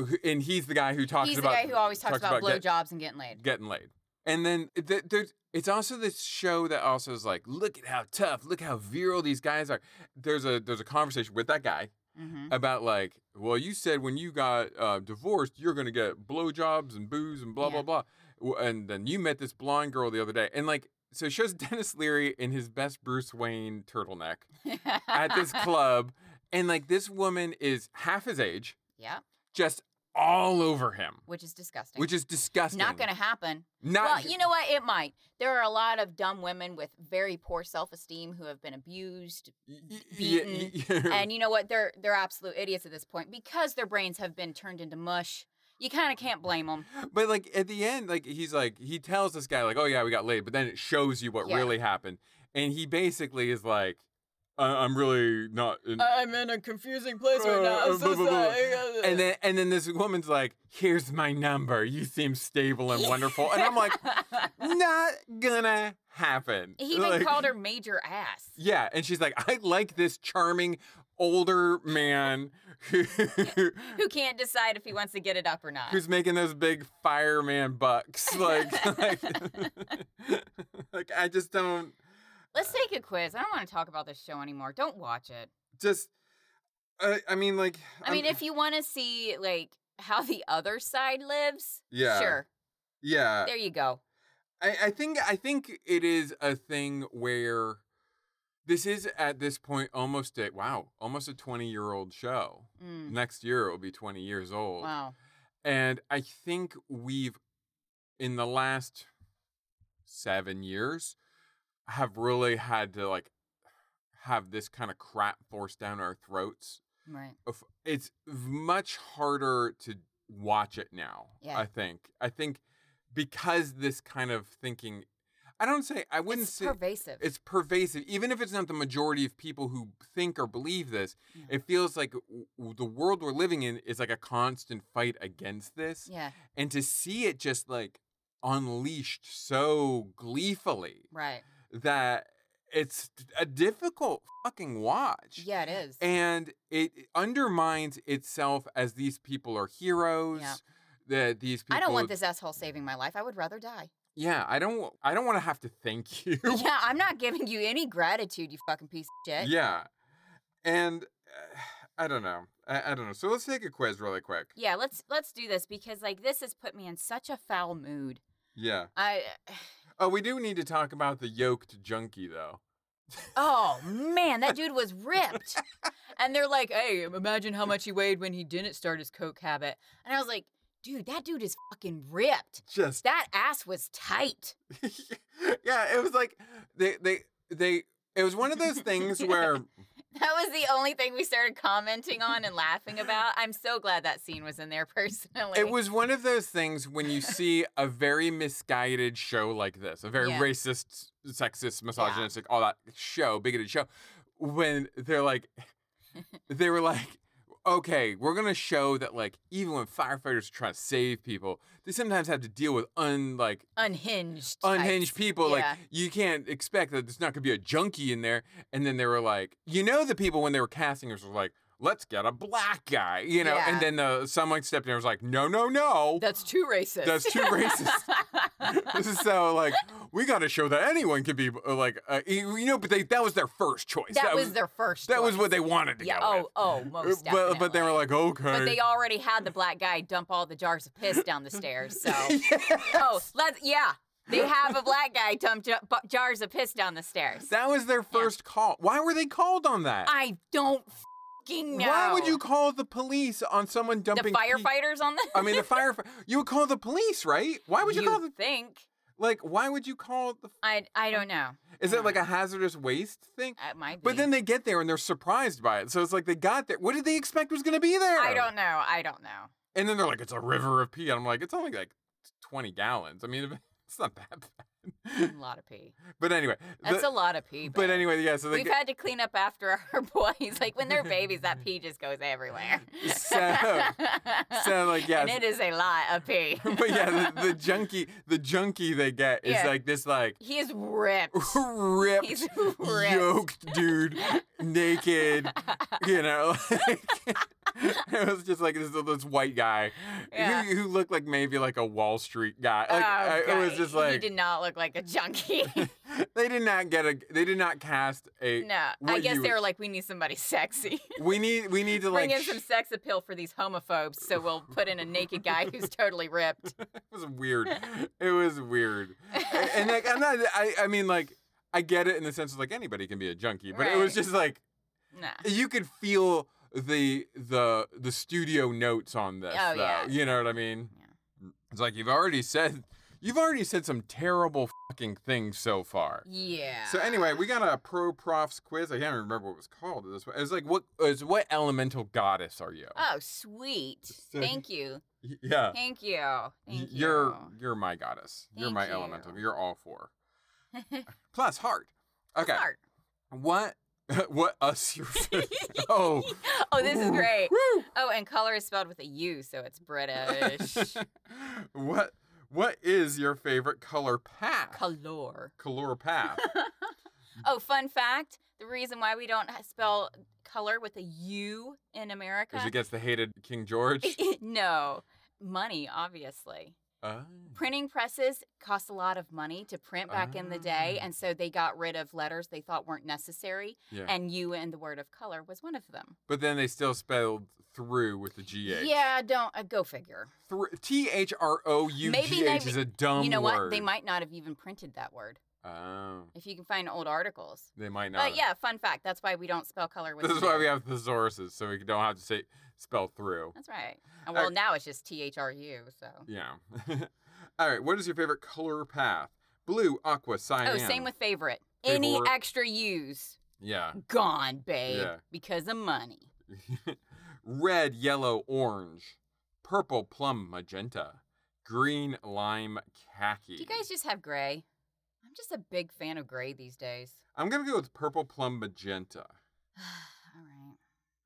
Speaker 2: Yeah.
Speaker 3: who- and he's the guy who talks
Speaker 2: He's
Speaker 3: about
Speaker 2: the guy who always talks, about,
Speaker 3: get-
Speaker 2: blowjobs and getting laid.
Speaker 3: getting laid. And then th- there's it's also this show that also is like, look at how tough, look how virile these guys are. There's a there's a conversation with that guy
Speaker 2: Mm-hmm.
Speaker 3: about like, well, you said when you got uh, divorced, you're gonna get blowjobs and booze and blah
Speaker 2: Yeah.
Speaker 3: blah blah. W- And then you met this blonde girl the other day, and like, so it shows [laughs] Dennis Leary in his best Bruce Wayne turtleneck at
Speaker 2: [laughs]
Speaker 3: this club, and like this woman is half his age,
Speaker 2: yeah.
Speaker 3: just all over him,
Speaker 2: Which is disgusting.
Speaker 3: which is disgusting.
Speaker 2: not going to happen.
Speaker 3: Not
Speaker 2: well, you know what? It might. There are a lot of dumb women with very poor self-esteem who have been abused,
Speaker 3: Y-
Speaker 2: beaten,
Speaker 3: y- [laughs]
Speaker 2: and you know what? They're they're absolute idiots at this point because their brains have been turned into mush. You kind of can't blame them.
Speaker 3: but like at the end, like he's like he tells this guy like, "Oh yeah, we got laid," but then it shows you what
Speaker 2: Yeah.
Speaker 3: really happened, and he basically is like, I- "I'm really not." In-
Speaker 2: I'm in a confusing place
Speaker 3: right now. I'm Uh, so blah, blah, blah. and then and then this woman's like, "Here's my number. You seem stable and wonderful," and
Speaker 2: [laughs]
Speaker 3: I'm like, "Not gonna happen."
Speaker 2: he even
Speaker 3: Like,
Speaker 2: called her major ass.
Speaker 3: Yeah, and she's like, "I like this charming older man who
Speaker 2: Who can't decide if he wants to get it up or not?
Speaker 3: who's making those big fireman bucks
Speaker 2: [laughs]
Speaker 3: like like, [laughs] like i just don't
Speaker 2: Let's take a quiz. I don't want to talk about this show anymore. Don't watch it.
Speaker 3: just i, I mean like
Speaker 2: I mean,
Speaker 3: I'm-
Speaker 2: if you want to see like how the other side lives,
Speaker 3: Yeah.
Speaker 2: sure.
Speaker 3: yeah
Speaker 2: There you go.
Speaker 3: I, I think i think it is a thing where this is at this point almost a wow almost a 20 year old show
Speaker 2: Mm.
Speaker 3: next year it will be 20 years old
Speaker 2: Wow.
Speaker 3: and i think we've in the last seven years have really had to like have this kind of crap forced down our throats
Speaker 2: Right.
Speaker 3: Of- it's v- much harder to watch it now
Speaker 2: Yeah.
Speaker 3: i think i think because this kind of thinking i don't say i wouldn't
Speaker 2: it's
Speaker 3: say
Speaker 2: pervasive.
Speaker 3: it's pervasive even if it's not the majority of people who think or believe this
Speaker 2: Yeah.
Speaker 3: it feels like w- w- the world we're living in is like a constant fight against this
Speaker 2: yeah.
Speaker 3: and to see it just like unleashed so gleefully
Speaker 2: Right.
Speaker 3: that it's a difficult fucking watch
Speaker 2: Yeah, it is.
Speaker 3: and it undermines itself as these people are heroes that these people
Speaker 2: I don't want this asshole saving my life. I would rather
Speaker 3: [laughs]
Speaker 2: die.
Speaker 3: yeah i don't i don't want to have to thank [laughs] you
Speaker 2: yeah, I'm not giving you any gratitude, you fucking piece of shit.
Speaker 3: yeah and [sighs] uh, i don't know I, I don't know so let's take a quiz really quick
Speaker 2: Yeah, let's let's do this because like this has put me in such a foul mood.
Speaker 3: yeah
Speaker 2: I
Speaker 3: oh we do need to talk about the yoked junkie though
Speaker 2: oh man, that dude was ripped. And they're like, "Hey, imagine how much he weighed when he didn't start his coke habit." And I was like, "Dude, that dude is fucking ripped.
Speaker 3: just
Speaker 2: That ass was tight."
Speaker 3: [laughs] yeah, it was like they they they. It was one of those things where
Speaker 2: That was the only thing we started commenting on and laughing about. I'm so glad that scene was in there personally.
Speaker 3: it was one of those things when you see a very misguided show like this, a very
Speaker 2: Yeah.
Speaker 3: racist, sexist, misogynistic, all that show, bigoted show, when they're like, they were like, okay, we're gonna show that like even when firefighters are trying to save people, they sometimes have to deal with unlike
Speaker 2: unhinged. types.
Speaker 3: unhinged people.
Speaker 2: Yeah.
Speaker 3: Like you can't expect that there's not gonna be a junkie in there. And then they were like, you know, the people when they were casting us were like, let's get a black guy, you know.
Speaker 2: Yeah.
Speaker 3: And then the, someone stepped in and was like, no, no, no.
Speaker 2: That's too racist.
Speaker 3: That's too racist. [laughs] this is so like we got to show that anyone can be uh, like uh, you you know, but they that was their first choice.
Speaker 2: that was their first.
Speaker 3: that was
Speaker 2: choice.
Speaker 3: what they wanted to
Speaker 2: Yeah.
Speaker 3: go
Speaker 2: Oh. Oh.
Speaker 3: with.
Speaker 2: Most
Speaker 3: Uh,
Speaker 2: definitely.
Speaker 3: But but they were like okay.
Speaker 2: But they already had the black guy dump all the jars of piss down the stairs.
Speaker 3: [laughs]
Speaker 2: So. Oh, let's. Yeah. They have a black guy dump j- bu- jars of piss down the stairs.
Speaker 3: that was their first call. Why were they called on that?
Speaker 2: I don't fucking know.
Speaker 3: Why would you call the police on someone
Speaker 2: The
Speaker 3: dumping? pee-
Speaker 2: firefighters on the.
Speaker 3: I mean, the fire. You would call the police, right? Why would you, call the
Speaker 2: think?
Speaker 3: like? Why would you call the?
Speaker 2: I I don't know.
Speaker 3: Is it
Speaker 2: [sighs]
Speaker 3: like a hazardous waste thing?
Speaker 2: It might be.
Speaker 3: But then they get there and they're surprised by it. So it's like they got there. What did they expect was going to be there?
Speaker 2: I don't know. I don't know.
Speaker 3: And then they're like, [laughs] it's a river of pee. And I'm like, it's only like 20 gallons. I mean, it's not that bad.
Speaker 2: A lot of
Speaker 3: [laughs]
Speaker 2: pee.
Speaker 3: But anyway,
Speaker 2: That's
Speaker 3: the-
Speaker 2: a lot of pee.
Speaker 3: But
Speaker 2: babe.
Speaker 3: anyway, yeah. So they
Speaker 2: We've
Speaker 3: get-
Speaker 2: had to clean up after our [laughs] boys. Like when they're babies, that pee just goes everywhere.
Speaker 3: So-
Speaker 2: [laughs]
Speaker 3: so, like, yes.
Speaker 2: And it is a lot of pee.
Speaker 3: [laughs] but yeah,
Speaker 2: [laughs]
Speaker 3: the, the junkie, the junkie they get is
Speaker 2: Yeah.
Speaker 3: like
Speaker 2: [laughs]
Speaker 3: this, like [laughs]
Speaker 2: he is ripped.
Speaker 3: ripped,
Speaker 2: He's [laughs]
Speaker 3: [laughs]
Speaker 2: ripped.
Speaker 3: yoked dude, naked. You know, [laughs] like it was just like this, this white guy
Speaker 2: Yeah.
Speaker 3: who, who looked like maybe like a Wall Street guy. Like
Speaker 2: Oh,
Speaker 3: I, it was
Speaker 2: God.
Speaker 3: just
Speaker 2: he
Speaker 3: like
Speaker 2: did not look like a junkie.
Speaker 3: [laughs] they did not get a, they did not cast a.
Speaker 2: [laughs] no, I
Speaker 3: what
Speaker 2: guess
Speaker 3: you
Speaker 2: they
Speaker 3: would-
Speaker 2: were like, we need somebody sexy. [laughs]
Speaker 3: We need, we need to
Speaker 2: Bring
Speaker 3: like. [laughs]
Speaker 2: in some sex appeal for these homophobes, so we'll put in a naked guy who's totally ripped.
Speaker 3: It
Speaker 2: [laughs]
Speaker 3: was weird. it was weird. A- And like I'm not I, I mean like I get it in the sense of like anybody can be a junkie, but it was
Speaker 2: Right.
Speaker 3: just like
Speaker 2: Nah.
Speaker 3: you could feel the the the studio notes on this
Speaker 2: Oh,
Speaker 3: though.
Speaker 2: yeah.
Speaker 3: You know what I mean? Mm,
Speaker 2: Yeah.
Speaker 3: It's like you've already said you've already said some terrible fucking things so far.
Speaker 2: Yeah.
Speaker 3: So anyway, we got a pro profs quiz. I can't remember what it was called at this one. It was like what is what elemental goddess are you?
Speaker 2: Oh, sweet.
Speaker 3: So-
Speaker 2: Thank you.
Speaker 3: Y- yeah.
Speaker 2: Thank you.
Speaker 3: Y-
Speaker 2: Thank you.
Speaker 3: you're you're my goddess. you're
Speaker 2: Thank
Speaker 3: my
Speaker 2: you.
Speaker 3: elemental. You're all
Speaker 2: [laughs]
Speaker 3: four. Plus heart. Okay.
Speaker 2: Smart. [laughs]
Speaker 3: What [laughs] what us your [laughs] Oh.
Speaker 2: Oh, this is
Speaker 3: Ooh.
Speaker 2: great.
Speaker 3: Woo.
Speaker 2: Oh, and color is spelled with a U, so it's
Speaker 3: [laughs]
Speaker 2: British.
Speaker 3: what what is your favorite color path?
Speaker 2: Color. [laughs]
Speaker 3: color path.
Speaker 2: Oh, fun fact the reason why we don't ha- spell color with a U in America.
Speaker 3: Because it gets the hated King George.
Speaker 2: [laughs] no, money, obviously.
Speaker 3: Uh,
Speaker 2: Printing presses cost a lot of money to print back in the day,
Speaker 3: Ah.
Speaker 2: and so they got rid of letters they thought weren't necessary,
Speaker 3: yeah.
Speaker 2: and U and the word of color was one of them.
Speaker 3: but then they still spelled through with the G H.
Speaker 2: Yeah, don't uh, go figure.
Speaker 3: T H R O U
Speaker 2: Maybe
Speaker 3: G
Speaker 2: they-
Speaker 3: H is a dumb
Speaker 2: you know
Speaker 3: word.
Speaker 2: what? They might not have even printed that word
Speaker 3: Oh,
Speaker 2: if you can find old articles.
Speaker 3: they might not.
Speaker 2: But yeah, fun fact. That's why we don't spell color with.
Speaker 3: [laughs] This
Speaker 2: a
Speaker 3: is why
Speaker 2: U.
Speaker 3: we have thesauruses, so we don't have to say spell through.
Speaker 2: That's right. And
Speaker 3: All
Speaker 2: well, now it's just T H R U. So.
Speaker 3: Yeah. [laughs] All right. What is your favorite color path? Blue, aqua, cyan.
Speaker 2: Oh, same with favorite. Any
Speaker 3: Favorite.
Speaker 2: extra U's
Speaker 3: Yeah.
Speaker 2: gone, babe,
Speaker 3: Yeah.
Speaker 2: because of money.
Speaker 3: Red, yellow, orange, purple, plum, magenta, green, lime, khaki.
Speaker 2: Do you guys just have gray? I'm just a big fan of gray these days. [sighs]
Speaker 3: I'm gonna go with purple, plum, magenta.
Speaker 2: all right.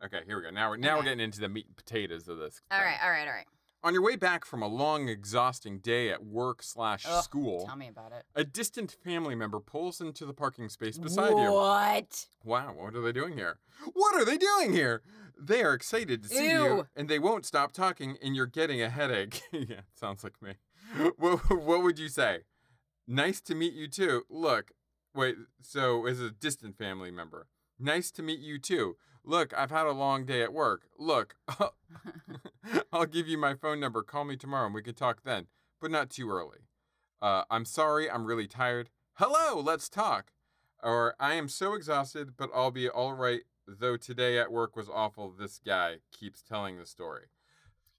Speaker 3: Okay, here we go. Now we're now we're
Speaker 2: Okay.
Speaker 3: getting into the meat and potatoes of this.
Speaker 2: All
Speaker 3: thing.
Speaker 2: right. All right. All right.
Speaker 3: On your way back from a long, exhausting day at work slash
Speaker 2: Ugh,
Speaker 3: school,
Speaker 2: Tell me about it.
Speaker 3: a distant family member pulls into the parking space beside you.
Speaker 2: what?
Speaker 3: Wow, what are they doing here? What are they doing here? They are excited to see
Speaker 2: Ew.
Speaker 3: you, and they won't stop talking, and you're getting a headache. [laughs] yeah, sounds like me. [laughs] What, what would you say? Nice to meet you too. Look, wait, so is a distant family member. Nice to meet you too. Look, I've had a long day at work. Look, [laughs] I'll give you my phone number. Call me tomorrow and we can talk then, but not too early. Uh, I'm sorry, I'm really tired. Hello, let's talk. Or I am so exhausted, but I'll be all right, though today at work was awful. This guy keeps telling the story.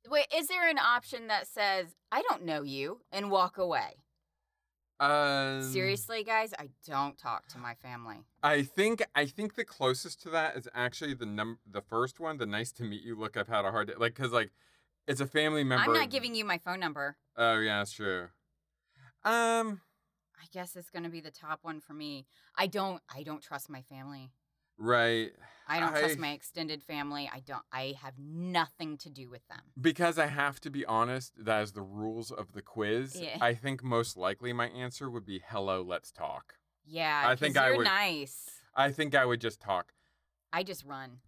Speaker 2: Wait, is there an option that says, I don't know you, and walk away?
Speaker 3: Um,
Speaker 2: Seriously, guys, I don't talk to my family.
Speaker 3: I think I think the closest to that is actually the num the first one, the nice to meet you. Look, I've had a hard day. Like, cause like it's a family member.
Speaker 2: I'm not giving you my phone number.
Speaker 3: Oh yeah, that's true. Um,
Speaker 2: I guess it's going to be the top one for me. I don't I don't trust my family.
Speaker 3: right.
Speaker 2: I don't trust
Speaker 3: I-
Speaker 2: my extended family. I don't I have nothing to do with them.
Speaker 3: Because I have to be honest, that is the rules of the quiz.
Speaker 2: Yeah.
Speaker 3: I think most likely my answer would be hello, let's talk.
Speaker 2: Yeah,
Speaker 3: I
Speaker 2: 'cause
Speaker 3: think I
Speaker 2: you're
Speaker 3: would-
Speaker 2: nice.
Speaker 3: I think I would just talk.
Speaker 2: I just run.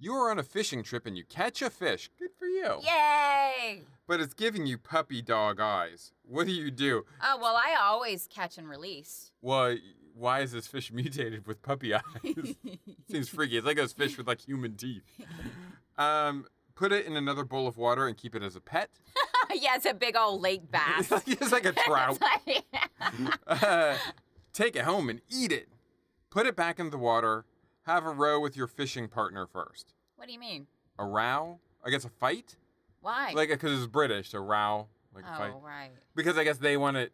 Speaker 3: You are on a fishing trip and you catch a fish. Good for you.
Speaker 2: Yay!
Speaker 3: But it's giving you puppy dog eyes. What do you do?
Speaker 2: Oh, well, I always catch and
Speaker 3: [laughs]
Speaker 2: release.
Speaker 3: Well, why is this fish [laughs] mutated with
Speaker 2: [laughs]
Speaker 3: puppy eyes? Seems freaky. It's like those fish with like human teeth. Um, put it in another bowl of water and keep it as a pet.
Speaker 2: yeah, it's a big old lake
Speaker 3: It's
Speaker 2: bass.
Speaker 3: [laughs] like, it's like a trout.
Speaker 2: [laughs] It's like-
Speaker 3: Uh, take it home and eat it. Put it back in the water. Have a row with your fishing partner first.
Speaker 2: what do you mean?
Speaker 3: A row? I guess a fight?
Speaker 2: Why?
Speaker 3: Like, because it's British, a row. Like a fight.
Speaker 2: oh, right.
Speaker 3: Because I guess they want to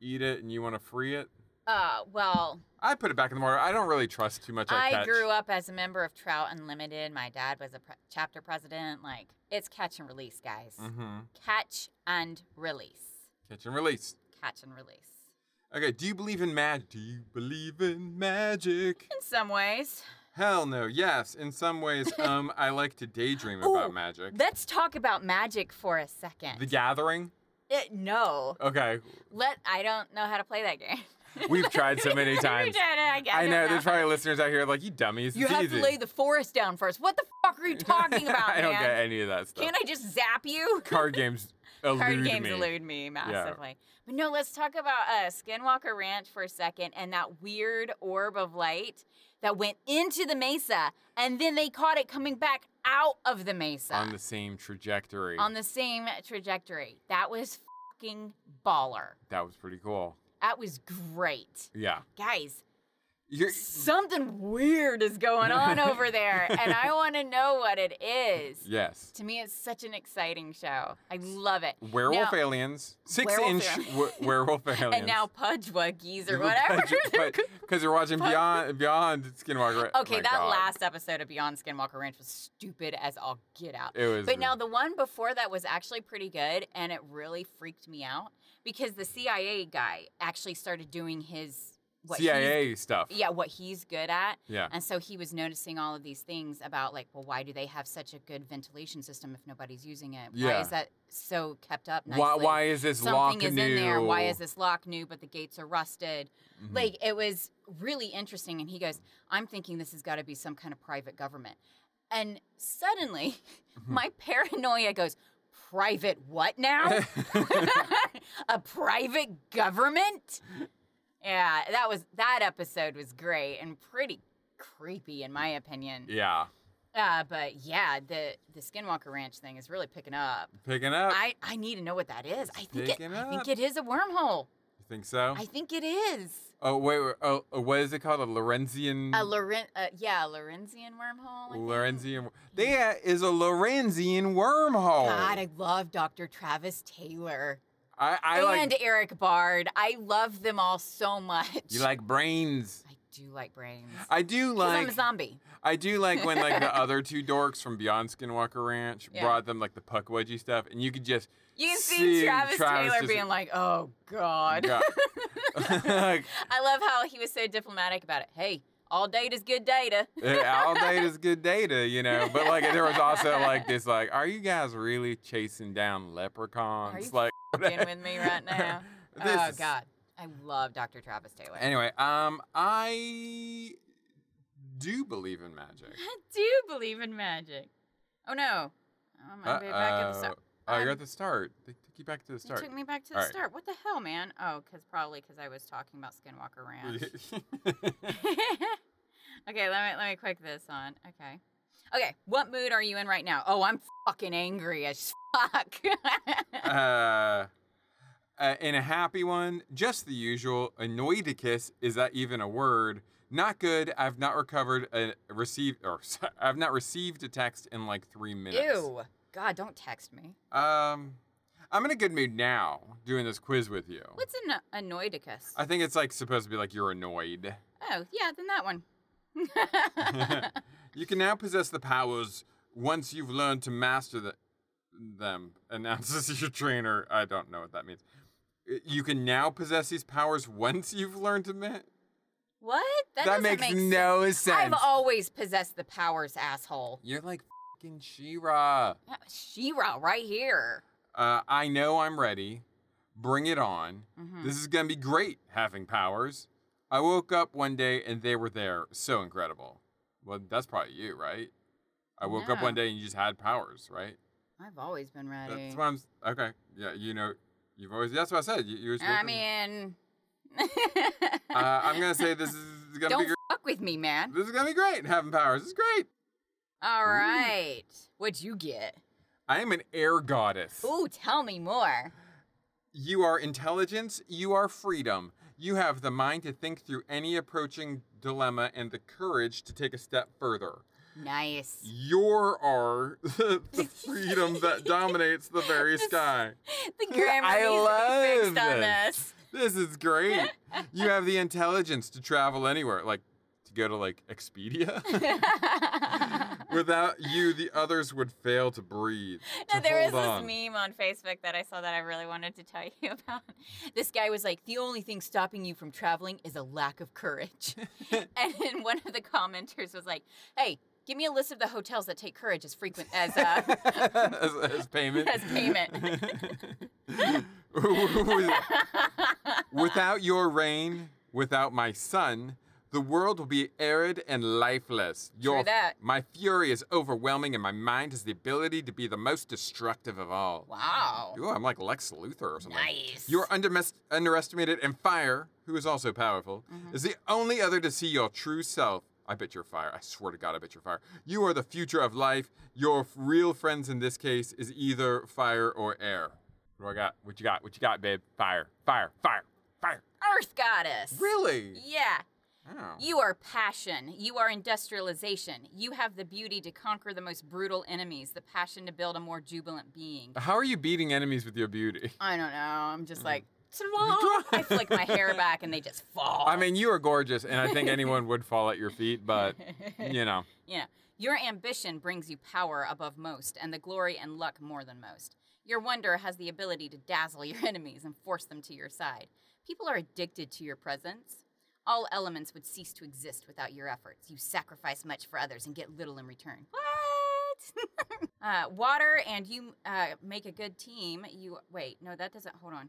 Speaker 3: eat it and you want to free it.
Speaker 2: Uh, well,
Speaker 3: I put it back in the water. I don't really trust too much. I,
Speaker 2: I
Speaker 3: catch.
Speaker 2: grew up as a member of Trout Unlimited. My dad was a pre- chapter president. Like, it's catch and release, guys.
Speaker 3: Mm-hmm.
Speaker 2: Catch and release.
Speaker 3: Catch and release.
Speaker 2: Catch and release.
Speaker 3: Okay, do you believe in mag? Do you believe in magic?
Speaker 2: In some ways.
Speaker 3: Hell no. Yes, in some
Speaker 2: [laughs]
Speaker 3: ways, um, I like to daydream about
Speaker 2: Ooh,
Speaker 3: magic.
Speaker 2: Let's talk about magic for a second.
Speaker 3: The Gathering.
Speaker 2: Eh, no.
Speaker 3: Okay,
Speaker 2: Let I don't know how to play that game.
Speaker 3: we've tried so many
Speaker 2: [laughs] You
Speaker 3: times.
Speaker 2: did it, I, guess.
Speaker 3: I know. There's probably listeners out here like you dummies.
Speaker 2: You
Speaker 3: it's
Speaker 2: have
Speaker 3: easy.
Speaker 2: to lay the forest down first. What the fuck are you
Speaker 3: [laughs]
Speaker 2: talking about,
Speaker 3: I don't
Speaker 2: man?
Speaker 3: get any of that stuff.
Speaker 2: Can't I [laughs] just zap you?
Speaker 3: Card games elude
Speaker 2: Card games
Speaker 3: me.
Speaker 2: elude me massively. But no, let's talk about uh, Skinwalker Ranch for a second and that weird orb of light that went into the mesa and then they caught it coming back out of the mesa
Speaker 3: On the same trajectory.
Speaker 2: on the same trajectory. That was fucking baller.
Speaker 3: that was pretty cool.
Speaker 2: That was great.
Speaker 3: Yeah.
Speaker 2: Guys,
Speaker 3: You're,
Speaker 2: something weird is going on
Speaker 3: [laughs]
Speaker 2: over there and I want to know what it is.
Speaker 3: yes.
Speaker 2: To me, it's such an exciting show. I love it.
Speaker 3: Werewolf
Speaker 2: Now-
Speaker 3: aliens. Six
Speaker 2: Werewolf
Speaker 3: inch
Speaker 2: aliens.
Speaker 3: w-
Speaker 2: [laughs]
Speaker 3: werewolf aliens.
Speaker 2: and now
Speaker 3: [laughs]
Speaker 2: Pudgewuggies or whatever. [laughs] they're called.
Speaker 3: Because you're watching Beyond Beyond Skinwalker.
Speaker 2: [laughs] okay,
Speaker 3: Oh my
Speaker 2: that
Speaker 3: God.
Speaker 2: last episode of Beyond Skinwalker Ranch was stupid as all get out.
Speaker 3: It was.
Speaker 2: But now the one before that was actually pretty good, and it really freaked me out because the CIA guy actually started doing his what he's-
Speaker 3: CIA stuff.
Speaker 2: yeah, what he's good at.
Speaker 3: Yeah.
Speaker 2: And so he was noticing all of these things about like, well, why do they have such a good ventilation system if nobody's using it? Why
Speaker 3: Yeah.
Speaker 2: is that so kept up? Nicely?
Speaker 3: Why, why is this lock
Speaker 2: something is
Speaker 3: new?
Speaker 2: in there. Why is this lock new? But the gates are rusted.
Speaker 3: Mhm.
Speaker 2: Like it was really interesting. And he goes, I'm thinking this has got to be some kind of private government. And suddenly [laughs]
Speaker 3: Mm-hmm.
Speaker 2: my paranoia goes, Private what
Speaker 3: [laughs]
Speaker 2: now? [laughs]
Speaker 3: Mm-hmm.
Speaker 2: A private government? Yeah, that was that episode was great and pretty creepy in my opinion.
Speaker 3: yeah,
Speaker 2: Uh, but yeah, the the Skinwalker Ranch thing is really picking up.
Speaker 3: picking up. I
Speaker 2: I, I need to know what that is. I think it,
Speaker 3: Uh, Picking
Speaker 2: I
Speaker 3: up.
Speaker 2: think it is a wormhole.
Speaker 3: think so.
Speaker 2: I think it is
Speaker 3: oh wait, wait, oh, oh, what is it called? A Lorenzian.
Speaker 2: a Loren. Uh, yeah, a Lorenzian wormhole. I think.
Speaker 3: Mm. Lorenzian. There is a Lorenzian wormhole.
Speaker 2: God, I love Dr. Travis Taylor
Speaker 3: I, I
Speaker 2: and
Speaker 3: like.
Speaker 2: Eric Bard. I love them all so much.
Speaker 3: You like brains.
Speaker 2: I do like brains.
Speaker 3: I do
Speaker 2: 'Cause
Speaker 3: like.
Speaker 2: I'm a zombie.
Speaker 3: I do like when
Speaker 2: [laughs]
Speaker 3: like the other two dorks from Beyond Skinwalker Ranch
Speaker 2: Yeah.
Speaker 3: brought them like the puck wedgie stuff, and you could just
Speaker 2: You can see,
Speaker 3: See
Speaker 2: Travis,
Speaker 3: Travis
Speaker 2: Taylor
Speaker 3: just-
Speaker 2: being like, "Oh God." [laughs]
Speaker 3: God. [laughs] Like,
Speaker 2: I love how he was so diplomatic about it. Hey, all data's good
Speaker 3: [laughs]
Speaker 2: data.
Speaker 3: eh, all data's good data, you know. But like there was also like this like, are you guys really chasing down leprechauns?
Speaker 2: you
Speaker 3: like
Speaker 2: Being with me right now.
Speaker 3: [laughs] This
Speaker 2: oh
Speaker 3: is-
Speaker 2: God, I love Dr. Travis Taylor.
Speaker 3: Anyway, um I do believe in magic.
Speaker 2: I do believe in magic. Oh no. Oh, I'm gonna be back at the start.
Speaker 3: Uh-oh. Oh, you're
Speaker 2: Um,
Speaker 3: at the start. They took you back to the
Speaker 2: You
Speaker 3: start.
Speaker 2: took me back to the
Speaker 3: All right.
Speaker 2: start. What the hell, man? Oh, because probably because I was talking about Skinwalker
Speaker 3: [laughs]
Speaker 2: Ranch. [laughs] okay, let me let me click this on. Okay. Okay, what mood are you in right now? Oh, I'm fucking angry as fuck. [laughs]
Speaker 3: uh, uh, in a happy one, just the usual. Anoidicus, is that even a word? Not good. I've not recovered a received or [laughs] sorry, I've not received a text in like three minutes.
Speaker 2: Ew. God, don't text me.
Speaker 3: Um, I'm in a good mood now doing this quiz with you.
Speaker 2: What's an uh, anoidicus?
Speaker 3: I think it's like supposed to be like you're annoyed.
Speaker 2: oh, yeah, then that
Speaker 3: [laughs]
Speaker 2: one. [laughs]
Speaker 3: you can now possess the powers once you've learned to master the, them, [laughs] announces your trainer. I don't know what that means. You can now possess these powers once you've learned to ma-
Speaker 2: What? That, doesn't
Speaker 3: makes
Speaker 2: make
Speaker 3: no
Speaker 2: I've
Speaker 3: sense.
Speaker 2: always possessed the powers, asshole.
Speaker 3: You're like fucking Shira.
Speaker 2: Shira, right here.
Speaker 3: Uh, I know I'm ready. Bring it on.
Speaker 2: Mhm.
Speaker 3: This is gonna be great having powers. I woke up one day and they were there. So incredible. Well, that's probably you, right? I woke up
Speaker 2: No.
Speaker 3: one day and you just had powers, right?
Speaker 2: I've always been ready.
Speaker 3: That's what I'm. s- Okay. Yeah, you know, you've always. That's what I said. You, you was
Speaker 2: I
Speaker 3: looking- [laughs]
Speaker 2: mean,
Speaker 3: uh, I'm gonna say this is
Speaker 2: [laughs]
Speaker 3: gonna
Speaker 2: don't
Speaker 3: be. Gr-
Speaker 2: fuck with me, man.
Speaker 3: this is gonna be great. Having powers is great.
Speaker 2: All right, what'd you get?
Speaker 3: I am an air goddess.
Speaker 2: Ooh, tell me more.
Speaker 3: You are intelligence. You are freedom. You have the mind to think through any approaching dilemma and the courage to take a step further.
Speaker 2: Nice.
Speaker 3: Your are [laughs] the freedom
Speaker 2: [laughs]
Speaker 3: that dominates the very sky.
Speaker 2: The grammar
Speaker 3: I
Speaker 2: needs to be fixed
Speaker 3: love
Speaker 2: on this. [laughs]
Speaker 3: This is great. You have the intelligence to travel anywhere, like to go to like
Speaker 2: [laughs]
Speaker 3: Expedia. [laughs] Without you, the others would fail to breathe.
Speaker 2: No,
Speaker 3: to
Speaker 2: there is
Speaker 3: hold on.
Speaker 2: this meme on Facebook that I saw that I really wanted to tell [laughs] you about. This guy was like, "The only thing stopping you from traveling is a lack of
Speaker 3: [laughs]
Speaker 2: courage," [laughs] and then one of the commenters was like, "Hey, give me a list of the hotels that take courage as frequent as uh,
Speaker 3: [laughs] as, as payment.
Speaker 2: as payment."
Speaker 3: [laughs] without your rain, without my sun, the world will be arid and lifeless. Your,
Speaker 2: that.
Speaker 3: My fury is overwhelming, and my mind has the ability to be the most destructive of all.
Speaker 2: wow.
Speaker 3: Ooh, I'm like Lex Luthor or something.
Speaker 2: Nice.
Speaker 3: You are undermes- underestimated, and fire, who is also powerful, is the only other to see your true self. I bet you're fire. I swear to God, I bet you're fire. You are the future of life. Your f- real friends in this case is either fire or air. What do I got? What you got? What you got, babe? Fire, fire, fire, fire.
Speaker 2: Earth goddess.
Speaker 3: Really?
Speaker 2: Yeah.
Speaker 3: Oh.
Speaker 2: You are passion. You are industrialization. You have the beauty to conquer the most brutal enemies, the passion to build a more jubilant being.
Speaker 3: How are you beating enemies with your beauty?
Speaker 2: I don't know. I'm
Speaker 3: mm.
Speaker 2: just like, "Ta-da!" I flick my
Speaker 3: [laughs]
Speaker 2: hair back and they just fall.
Speaker 3: I mean, you are gorgeous, and I think anyone would fall at your feet, [laughs] but you know.
Speaker 2: yeah. [laughs] Your ambition brings you power above most and the glory and luck more than most. Your wonder has the ability to dazzle your [laughs] enemies and force them to your side. People are addicted to your presence. All elements would cease to exist without your efforts. You sacrifice much for others and get little in return. What? [laughs] uh, water and you uh, make a good team. You wait, no, that doesn't. Hold on.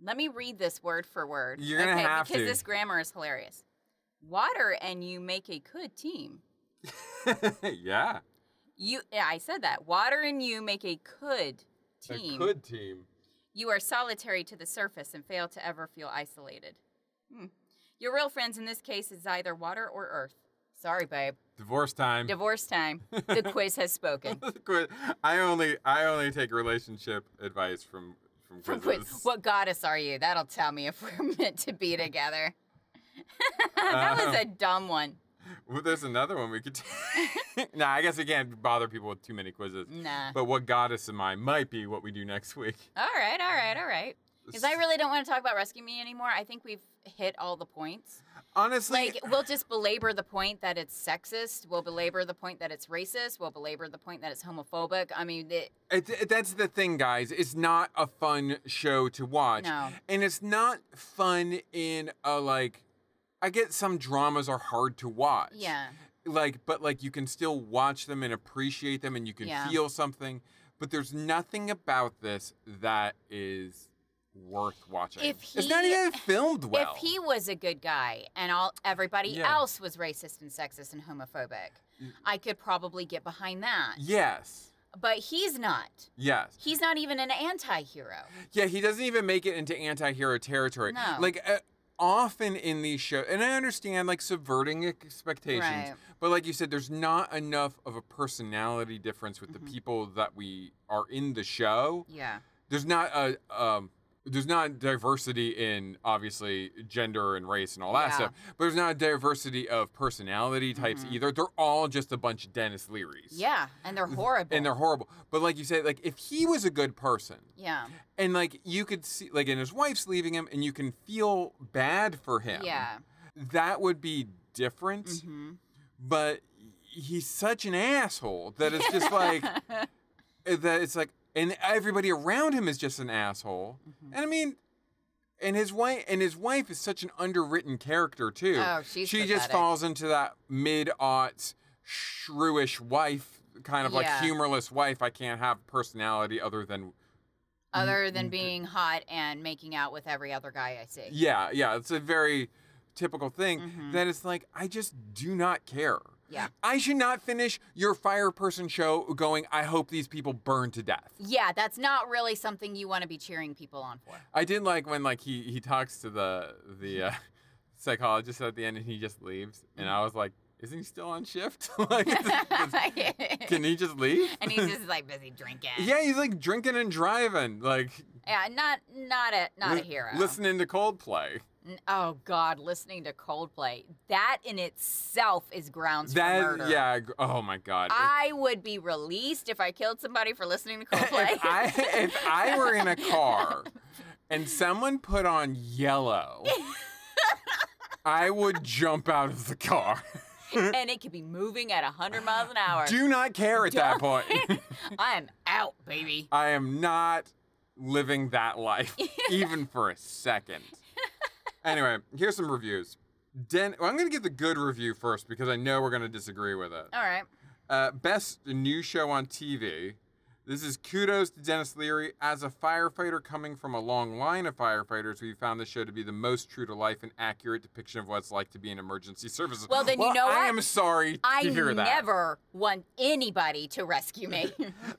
Speaker 2: Let me read this word for word.
Speaker 3: You're gonna have
Speaker 2: because
Speaker 3: to.
Speaker 2: this grammar is hilarious. Water and you make a good team.
Speaker 3: yeah.
Speaker 2: You, yeah, I said that. Water and you make a could team.
Speaker 3: A good team.
Speaker 2: You are solitary to the surface and fail to ever feel isolated. Hmm. Your real friends in this case is either water or earth. Sorry, babe.
Speaker 3: Divorce time.
Speaker 2: Divorce time. The quiz has
Speaker 3: [laughs]
Speaker 2: spoken.
Speaker 3: Quit. I only I only take relationship advice from from
Speaker 2: From
Speaker 3: quizzes.
Speaker 2: quiz. What goddess are you? That'll tell me if we're [laughs] meant to be together. [laughs] that was a dumb one.
Speaker 3: [laughs] Well, there's another one we could. [laughs] nah, I guess we can't bother people with too many quizzes.
Speaker 2: Nah.
Speaker 3: But what goddess am I? Might be what we do next week.
Speaker 2: All right, all right, all right. Because I really don't want to talk about Rescue Me anymore. I think we've hit all the points.
Speaker 3: Honestly, [laughs]
Speaker 2: Like, we'll just belabor the point that it's sexist. We'll belabor the point that it's racist. We'll belabor the point that it's homophobic. I mean, it,
Speaker 3: It, it- that's the thing, guys. It's not a fun show to watch.
Speaker 2: No.
Speaker 3: And it's not fun in a like. I get some dramas are hard to watch.
Speaker 2: Yeah.
Speaker 3: Like, but like you can still watch them and appreciate them and you can
Speaker 2: Yeah.
Speaker 3: feel something. But there's nothing about this that is worth watching.
Speaker 2: If
Speaker 3: it's not
Speaker 2: he-
Speaker 3: even filmed well.
Speaker 2: if he was a good guy and all everybody
Speaker 3: Yeah. Mm.
Speaker 2: else was racist and sexist and homophobic, I could probably get behind that.
Speaker 3: Yes.
Speaker 2: But he's not.
Speaker 3: Yes.
Speaker 2: He's not even an anti-hero.
Speaker 3: Yeah, he doesn't even make it into anti-hero territory.
Speaker 2: No.
Speaker 3: Like uh, often in these shows, and I understand like subverting expectations,
Speaker 2: Right.
Speaker 3: but like you said, there's not enough of a personality difference with
Speaker 2: Mm-hmm.
Speaker 3: the people that we are in the show.
Speaker 2: Yeah.
Speaker 3: There's not a um, there's not diversity in obviously gender and race and all that
Speaker 2: Yeah. Mm-hmm.
Speaker 3: stuff, but there's not a diversity of personality types either. They're all just a bunch of Dennis Learys.
Speaker 2: Yeah, and they're horrible.
Speaker 3: And they're horrible. But like you said, like if he was a good person,
Speaker 2: yeah.
Speaker 3: and like you could see like and his wife's leaving him and you can feel bad for him
Speaker 2: Yeah. Mm-hmm.
Speaker 3: that would be different but he's such an asshole that it's just
Speaker 2: [laughs]
Speaker 3: like eh, that it's like and everybody around him is just an asshole
Speaker 2: Mm-hmm.
Speaker 3: and i mean and his wife and his wife is such an underwritten character too
Speaker 2: Oh, she's
Speaker 3: she just
Speaker 2: pathetic.
Speaker 3: falls into that mid-aughts shrewish wife kind of like
Speaker 2: Yeah.
Speaker 3: humorless wife i can't have personality other than
Speaker 2: Other
Speaker 3: Mm-hmm.
Speaker 2: than being hot and making out with every other guy I see.
Speaker 3: Yeah, yeah, it's a very typical thing that it's like I just do not care.
Speaker 2: Mm-hmm. Yeah.
Speaker 3: I should not finish your fire person show going I hope these people burn to death.
Speaker 2: Yeah, that's not really something you want to be cheering people on for. [laughs]
Speaker 3: I did like when like he he talks to the the uh, psychologist at the end and he just leaves and
Speaker 2: Mm-hmm.
Speaker 3: I was like isn't he still on shift? [laughs] like it's- [laughs] can he just
Speaker 2: [laughs]
Speaker 3: leave?
Speaker 2: and he's just like busy drinking.
Speaker 3: Yeah, he's like drinking and driving, like
Speaker 2: Yeah, not not a not a
Speaker 3: li-
Speaker 2: hero.
Speaker 3: Listening to Coldplay.
Speaker 2: N- Oh God, listening to Coldplay. That in itself is grounds
Speaker 3: That
Speaker 2: for murder.
Speaker 3: yeah, gr- oh my god. If-
Speaker 2: I would be released if I killed somebody for listening to Coldplay.
Speaker 3: [laughs]
Speaker 2: [laughs]
Speaker 3: if I if I were in a car and someone put on yellow, I would jump out of the car.
Speaker 4: and it could be moving at 100 miles an hour.
Speaker 3: Do not care at that point.
Speaker 4: I'm out, baby.
Speaker 3: [laughs] I am not living that life, even for a second. Anyway, here's some reviews. Den- well, I'm going to give the good review first because I know we're going to disagree with it.
Speaker 4: All right.
Speaker 3: Uh, best new show on TV. This is kudos to Dennis Leary. As a firefighter coming from a long line of firefighters, we found the show to be the most true to life and accurate depiction of what it's like to be an emergency services.
Speaker 4: Well, then you know
Speaker 3: I
Speaker 4: what?
Speaker 3: am sorry
Speaker 4: I
Speaker 3: to hear that.
Speaker 4: never want anybody to rescue
Speaker 3: [laughs]
Speaker 4: me.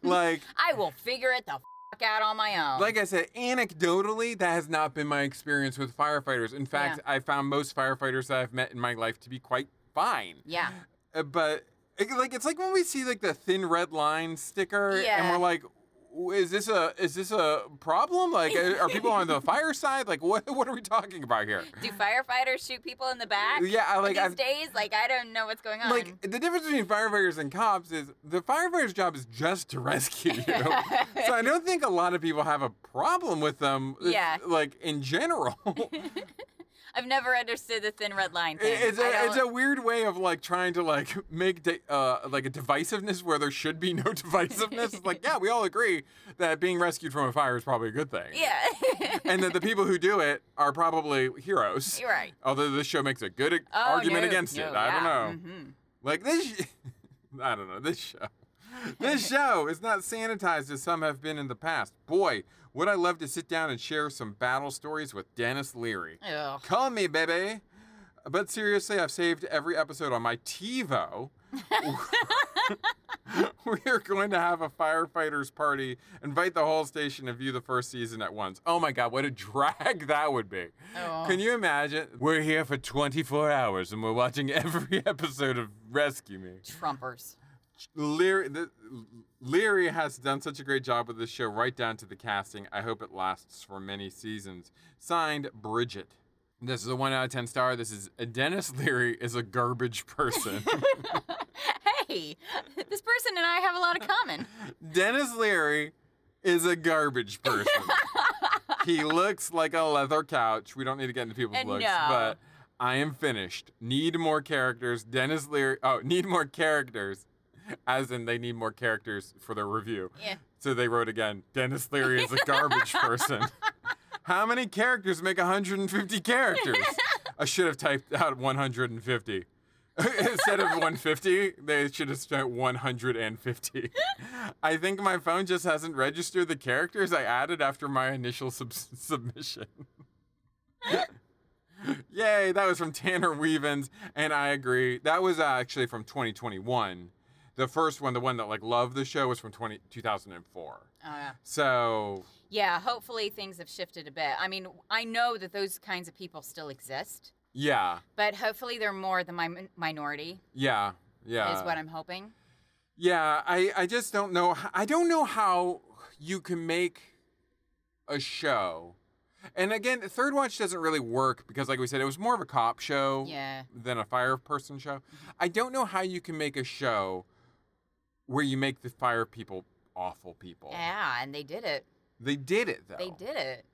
Speaker 3: Like,
Speaker 4: I will figure it the fuck out on my own.
Speaker 3: like I said, anecdotally, that has not been my experience with firefighters. In fact, I found most firefighters that I've met in my life to be quite fine.
Speaker 4: yeah.
Speaker 3: Uh, but it- like it's like when we see like the thin red line sticker and
Speaker 4: Yeah.
Speaker 3: we're like "W- is this a is this a problem like eh, are are
Speaker 4: [laughs]
Speaker 3: people on the fire side like what [laughs] what are we talking about here
Speaker 4: Do firefighters shoot people in the back?
Speaker 3: Yeah, I- like,
Speaker 4: these
Speaker 3: I've-
Speaker 4: days, like I don't know what's going on.
Speaker 3: like the difference between firefighters and cops is the firefighter's job is just to [laughs] rescue
Speaker 4: [laughs]
Speaker 3: you so i don't think a lot of people have a problem with them uh,
Speaker 4: Yeah.
Speaker 3: like in general It-
Speaker 4: I've never understood the thin red line thing.
Speaker 3: it's
Speaker 4: I
Speaker 3: a, it's
Speaker 4: don't- [laughs]
Speaker 3: a weird way of like trying to like make de- uh, like a divisiveness where there should be no [laughs] divisiveness it's like yeah we all agree that being rescued from a fire is probably a good thing
Speaker 4: yeah. [laughs]
Speaker 3: and that the people who do it are probably heroes.
Speaker 4: You're right.
Speaker 3: Although this show makes a good ag-
Speaker 4: Oh,
Speaker 3: argument
Speaker 4: no,
Speaker 3: against
Speaker 4: no,
Speaker 3: it. I don't
Speaker 4: yeah,
Speaker 3: know.
Speaker 4: mhm.
Speaker 3: Like this, [laughs] I don't know. This show,
Speaker 4: [laughs]
Speaker 3: this show is not sanitized as some have been in the past. Boy, would I love to sit down and share some battle stories with Dennis Leary.
Speaker 4: Mm-hmm. Ugh.
Speaker 3: Call me, baby. But seriously, I've saved every episode on my TiVo. [laughs] We're going to have a firefighters party, invite the whole station to view the first season at once. Oh my God, what a drag [laughs] that would be.
Speaker 4: Oh.
Speaker 3: Can you imagine? We're here for 24 hours and we're watching every [laughs] episode of Rescue Me.
Speaker 4: Trumpers.
Speaker 3: Leary, the, Leary has done such a great job with this show, right down to the casting. I hope it lasts for many seasons. Signed, Bridget. This is a one out of ten star. This is Dennis Leary is a
Speaker 4: [laughs]
Speaker 3: garbage person.
Speaker 4: Hey, this person and I have a lot in
Speaker 3: [laughs]
Speaker 4: common.
Speaker 3: Dennis Leary is a garbage
Speaker 4: [laughs]
Speaker 3: person. he looks like a leather couch. We don't need to get into people's
Speaker 4: Uh,
Speaker 3: looks,
Speaker 4: no.
Speaker 3: but I am finished. Need more characters. Dennis Leary. Oh, need more characters. As in, they need more characters for their review.
Speaker 4: Yeah.
Speaker 3: So they wrote again Dennis Leary is a garbage person. How many characters make 150 characters? I should have typed out 150. [laughs] Instead of 150, they should have spent 150. I think my phone just hasn't registered the characters I added after my initial sub- submission. Yay, that was from Tanner Weavens, and I agree. That was uh, actually from 2021. The first one, the one that like loved the show, was from 20, 2004.
Speaker 4: Oh, yeah.
Speaker 3: So
Speaker 4: Yeah, hopefully things have shifted a bit. I mean, I know that those kinds of people still exist,
Speaker 3: yeah,
Speaker 4: but hopefully they're more the mi- minority,
Speaker 3: yeah, yeah.
Speaker 4: is what I'm hoping.
Speaker 3: Yeah, I, I just don't know. h- I don't know how you can make a show. And again, Third Watch doesn't really work because, like we said, it was more of a cop show
Speaker 4: Yeah. Mm-hmm.
Speaker 3: than a fire person show. I don't know how you can make a show where you make the fire people awful people.
Speaker 4: Yeah, and they did it.
Speaker 3: They did it, though.
Speaker 4: Eh. They did it.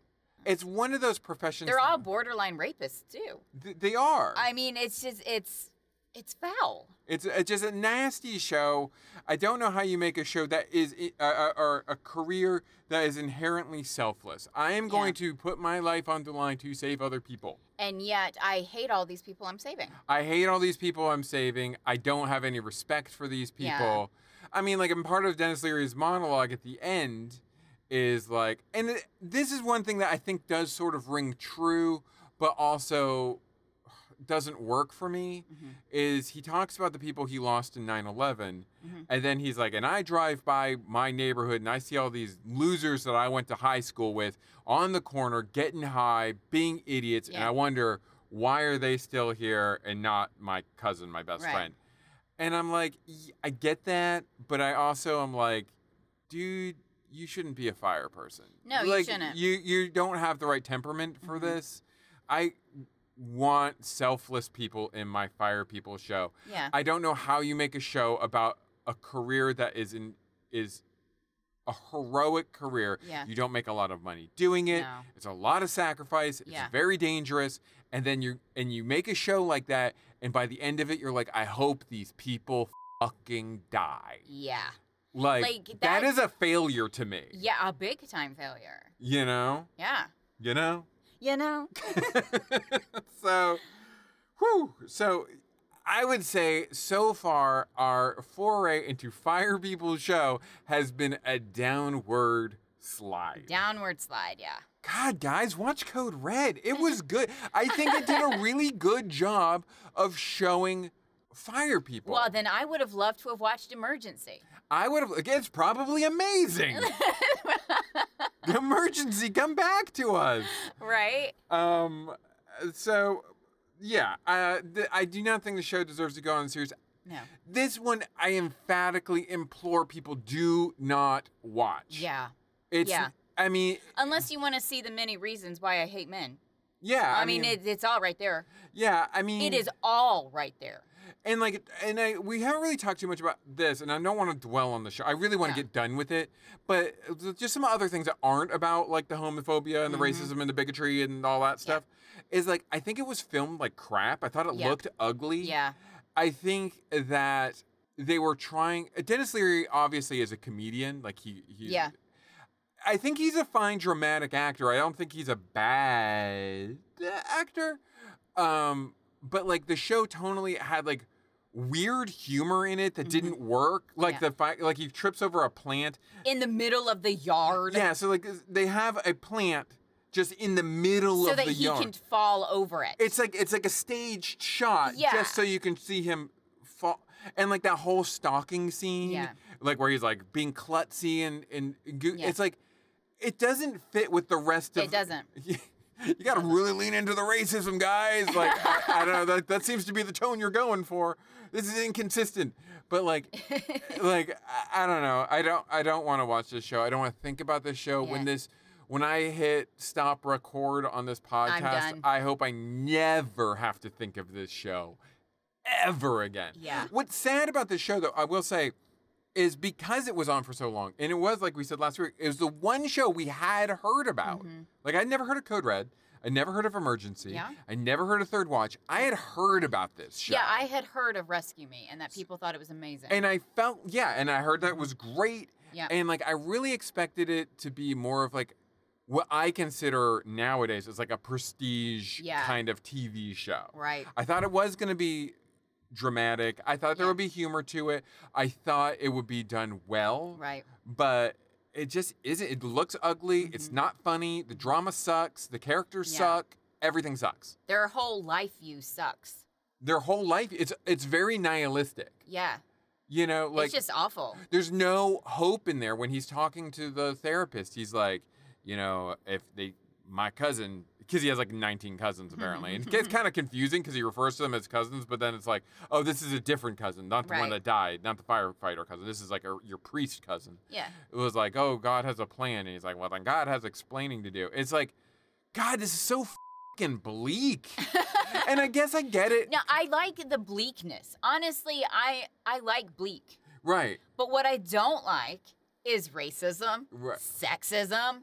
Speaker 3: It's one of those professions.
Speaker 4: They're all borderline rapists, too.
Speaker 3: th- they are.
Speaker 4: I mean, it's just, it's, it's foul.
Speaker 3: It's, it's just a nasty show. I don't know how you make a show that is i- uh, uh, or a career that is inherently selfless. I am going to put my life on the line to save other people.
Speaker 4: And yet, I hate all these people I'm saving.
Speaker 3: I hate all these people I'm saving. I don't have any respect for these
Speaker 4: Yeah.
Speaker 3: people. I mean, like, and part of Dennis Leary's monologue at the end is like, and it, this is one thing that I think does sort of ring true, but also doesn't work for me. Is he talks about the people he lost in 9 11,
Speaker 4: Mm-hmm.
Speaker 3: and then he's like, and I drive by my neighborhood and I see all these losers that I went to high school with on the corner getting high, being idiots, and
Speaker 4: Yeah.
Speaker 3: I wonder why are they still here and not my cousin, my best
Speaker 4: Right.
Speaker 3: friend? And I'm like, "Y- I get that, but I also am like, dude, you shouldn't be a fire person.
Speaker 4: No, you
Speaker 3: Like,
Speaker 4: shouldn't.
Speaker 3: You you don't have the right temperament for
Speaker 2: Mm-hmm.
Speaker 3: this. I want selfless people in my fire people show.
Speaker 4: Yeah.
Speaker 3: I don't know how you make a show about a career that is in is a heroic career.
Speaker 2: Yeah.
Speaker 3: You don't make a lot of money doing it.
Speaker 2: No.
Speaker 3: It's a lot of sacrifice. It's
Speaker 2: Yeah.
Speaker 3: very dangerous. And then you and you make a show like that, and by the end of it, you're like, I hope these people fucking die.
Speaker 2: Yeah.
Speaker 3: Like,
Speaker 2: Like,
Speaker 3: that
Speaker 2: that-
Speaker 3: is a failure to me.
Speaker 2: Yeah, a big time failure.
Speaker 3: You know?
Speaker 2: Yeah.
Speaker 3: You know?
Speaker 2: You know?
Speaker 3: so, whew. So, I would say so far our foray into Fire People show has been a downward slide.
Speaker 2: Downward slide, yeah.
Speaker 3: God, guys, watch Code Red.
Speaker 2: [laughs]
Speaker 3: It was good. I think it did a really good job of showing Fire People.
Speaker 2: Well, then I would have loved to have watched Emergency.
Speaker 3: I would have. It's
Speaker 2: [laughs]
Speaker 3: probably amazing. the emergency, come back to us.
Speaker 2: Right?
Speaker 3: Um, so yeah, uh, th- I do not think the show deserves to go on the series.
Speaker 2: No.
Speaker 3: This one, I emphatically implore people do not watch.
Speaker 2: Yeah.
Speaker 3: it's.
Speaker 2: yeah.
Speaker 3: I mean,
Speaker 2: Unless you want to see the many reasons why I hate men.
Speaker 3: yeah. Mm.
Speaker 2: I, mean, it, it's all right there.
Speaker 3: yeah. I mean,
Speaker 2: It is all right there.
Speaker 3: and like, and I we haven't really talked too much about this, and I don't want to dwell on the show. I really want to
Speaker 2: No.
Speaker 3: get done with it, but just some other things that aren't about like the homophobia
Speaker 2: Mm-hmm.
Speaker 3: and the racism and the bigotry and all that stuff. Is like I think it was filmed like crap. I thought it
Speaker 2: Yeah.
Speaker 3: looked ugly.
Speaker 2: Yeah.
Speaker 3: I think that they were trying. Dennis Leary obviously is a comedian. Like he, he
Speaker 2: Yeah.
Speaker 3: I think he's a fine dramatic actor. I don't think he's a bad actor. Um, but like the show tonally had like weird humor in it that didn't work. Like
Speaker 2: Mm-hmm. Yeah.
Speaker 3: the fact, like he trips over a plant.
Speaker 2: In the middle of the yard.
Speaker 3: Yeah, so like they have a plant just in the middle
Speaker 2: So
Speaker 3: of
Speaker 2: that
Speaker 3: the
Speaker 2: he
Speaker 3: yard.
Speaker 2: can fall over it.
Speaker 3: It's like it's like a staged shot,
Speaker 2: Yeah.
Speaker 3: just so you can see him fall, and like that whole stalking scene,
Speaker 2: Yeah.
Speaker 3: like where he's like being klutzy and and goo-
Speaker 2: Yeah.
Speaker 3: it's like it doesn't fit with the rest of.
Speaker 2: It doesn't.
Speaker 3: [laughs] You got to really lean into the racism, guys. Like I, I don't know, that, that seems to be the tone you're going for. This is inconsistent, but
Speaker 2: [laughs]
Speaker 3: like, like I, I don't know. I don't I don't want to watch this show. I don't want to think about this show when
Speaker 2: Yeah.
Speaker 3: this. When I hit stop record on this podcast,
Speaker 2: I'm
Speaker 3: podcast.
Speaker 2: done.
Speaker 3: I hope I never have to think of this show ever again.
Speaker 2: Yeah.
Speaker 3: What's sad about this show, though, I will say, is because it was on for so long, and it was like we said last week, it was the one show we had heard about. Like I'd never heard of Code Red. I never heard of Emergency.
Speaker 2: Mm-hmm. Yeah.
Speaker 3: I never heard of Third Watch. I had heard about this show.
Speaker 2: Yeah, I had heard of Rescue Me and that people thought it was amazing.
Speaker 3: And I felt yeah, and I heard that was great.
Speaker 2: Yeah.
Speaker 3: And like I really expected it to be more of like what I consider nowadays is like a prestige
Speaker 2: Yeah.
Speaker 3: kind of TV show.
Speaker 2: right.
Speaker 3: I thought it was going to be dramatic. I thought there
Speaker 2: Yeah.
Speaker 3: would be humor to it. I thought it would be done well.
Speaker 2: Right.
Speaker 3: But it just isn't. It looks ugly. It's not funny. The drama sucks. The characters
Speaker 2: Mm-hmm. Yeah.
Speaker 3: suck. Everything sucks.
Speaker 2: Their whole life view sucks.
Speaker 3: Their whole life it's it's very nihilistic.
Speaker 2: Yeah.
Speaker 3: You know, like
Speaker 2: it's just awful.
Speaker 3: there's no hope in there when he's talking to the therapist. He's like, you know, if they, my cousin, because he has like 19 cousins apparently, and it
Speaker 2: [laughs]
Speaker 3: gets kind of confusing because he refers to them as cousins, but then it's like, oh, this is a different cousin, not the one
Speaker 2: Right.
Speaker 3: that died, not the firefighter cousin. This is like a, your priest cousin.
Speaker 2: Yeah.
Speaker 3: It was like, oh, God has a plan, and he's like, well, then God has explaining to do. It's like, God, this is so
Speaker 2: [laughs]
Speaker 3: fucking bleak. and I guess I get it,
Speaker 2: Now I like the bleakness. Honestly, I I like bleak.
Speaker 3: right?
Speaker 2: But what I don't like is racism,
Speaker 3: Right.
Speaker 2: sexism,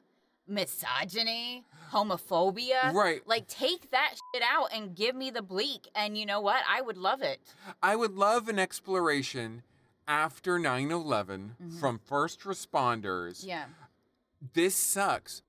Speaker 2: misogyny, homophobia.
Speaker 3: Right.
Speaker 2: Like take that shit out and give me the bleak and you know what? I would love it.
Speaker 3: I would love an exploration after 9 11 from first responders.
Speaker 2: Mm-hmm. Yeah.
Speaker 3: This sucks.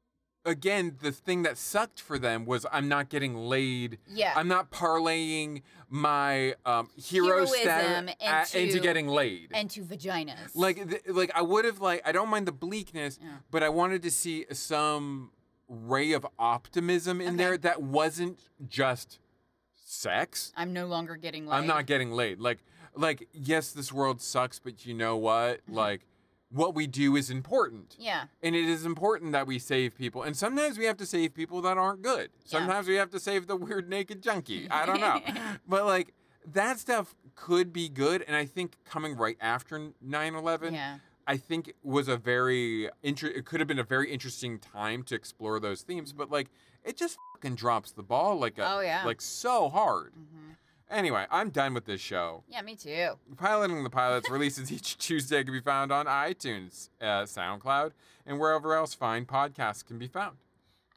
Speaker 3: Again, the thing that sucked for them was I'm not getting laid.
Speaker 2: Yeah.
Speaker 3: I'm not parlaying my um, hero
Speaker 2: Heroism
Speaker 3: status a- into
Speaker 2: into-
Speaker 3: getting laid.
Speaker 2: And to vaginas.
Speaker 3: like, th- like I would have like I don't mind the bleakness, but I wanted to see some ray of optimism in there that wasn't just sex.
Speaker 2: I'm no longer getting laid.
Speaker 3: I'm not getting laid. Like, like, yes, this world sucks, but you know what? Like, what we do is important.
Speaker 2: Yeah.
Speaker 3: And it is important that we save people. And sometimes we have to save people that aren't good.
Speaker 2: Yeah.
Speaker 3: Sometimes we have to save the weird naked junkie. I don't know. but like that stuff could be good. And I think coming right after 9 11,
Speaker 2: Yeah.
Speaker 3: I think was a very, inter- it could have been a very interesting time to explore those themes. But like it just fucking drops the ball like a,
Speaker 2: Oh, yeah.
Speaker 3: like so hard. Anyway, I'm done with this show.
Speaker 2: Yeah, me too.
Speaker 3: Piloting the Pilots releases each [laughs] Tuesday can be found on iTunes, uh, SoundCloud, and wherever else fine podcasts can be found.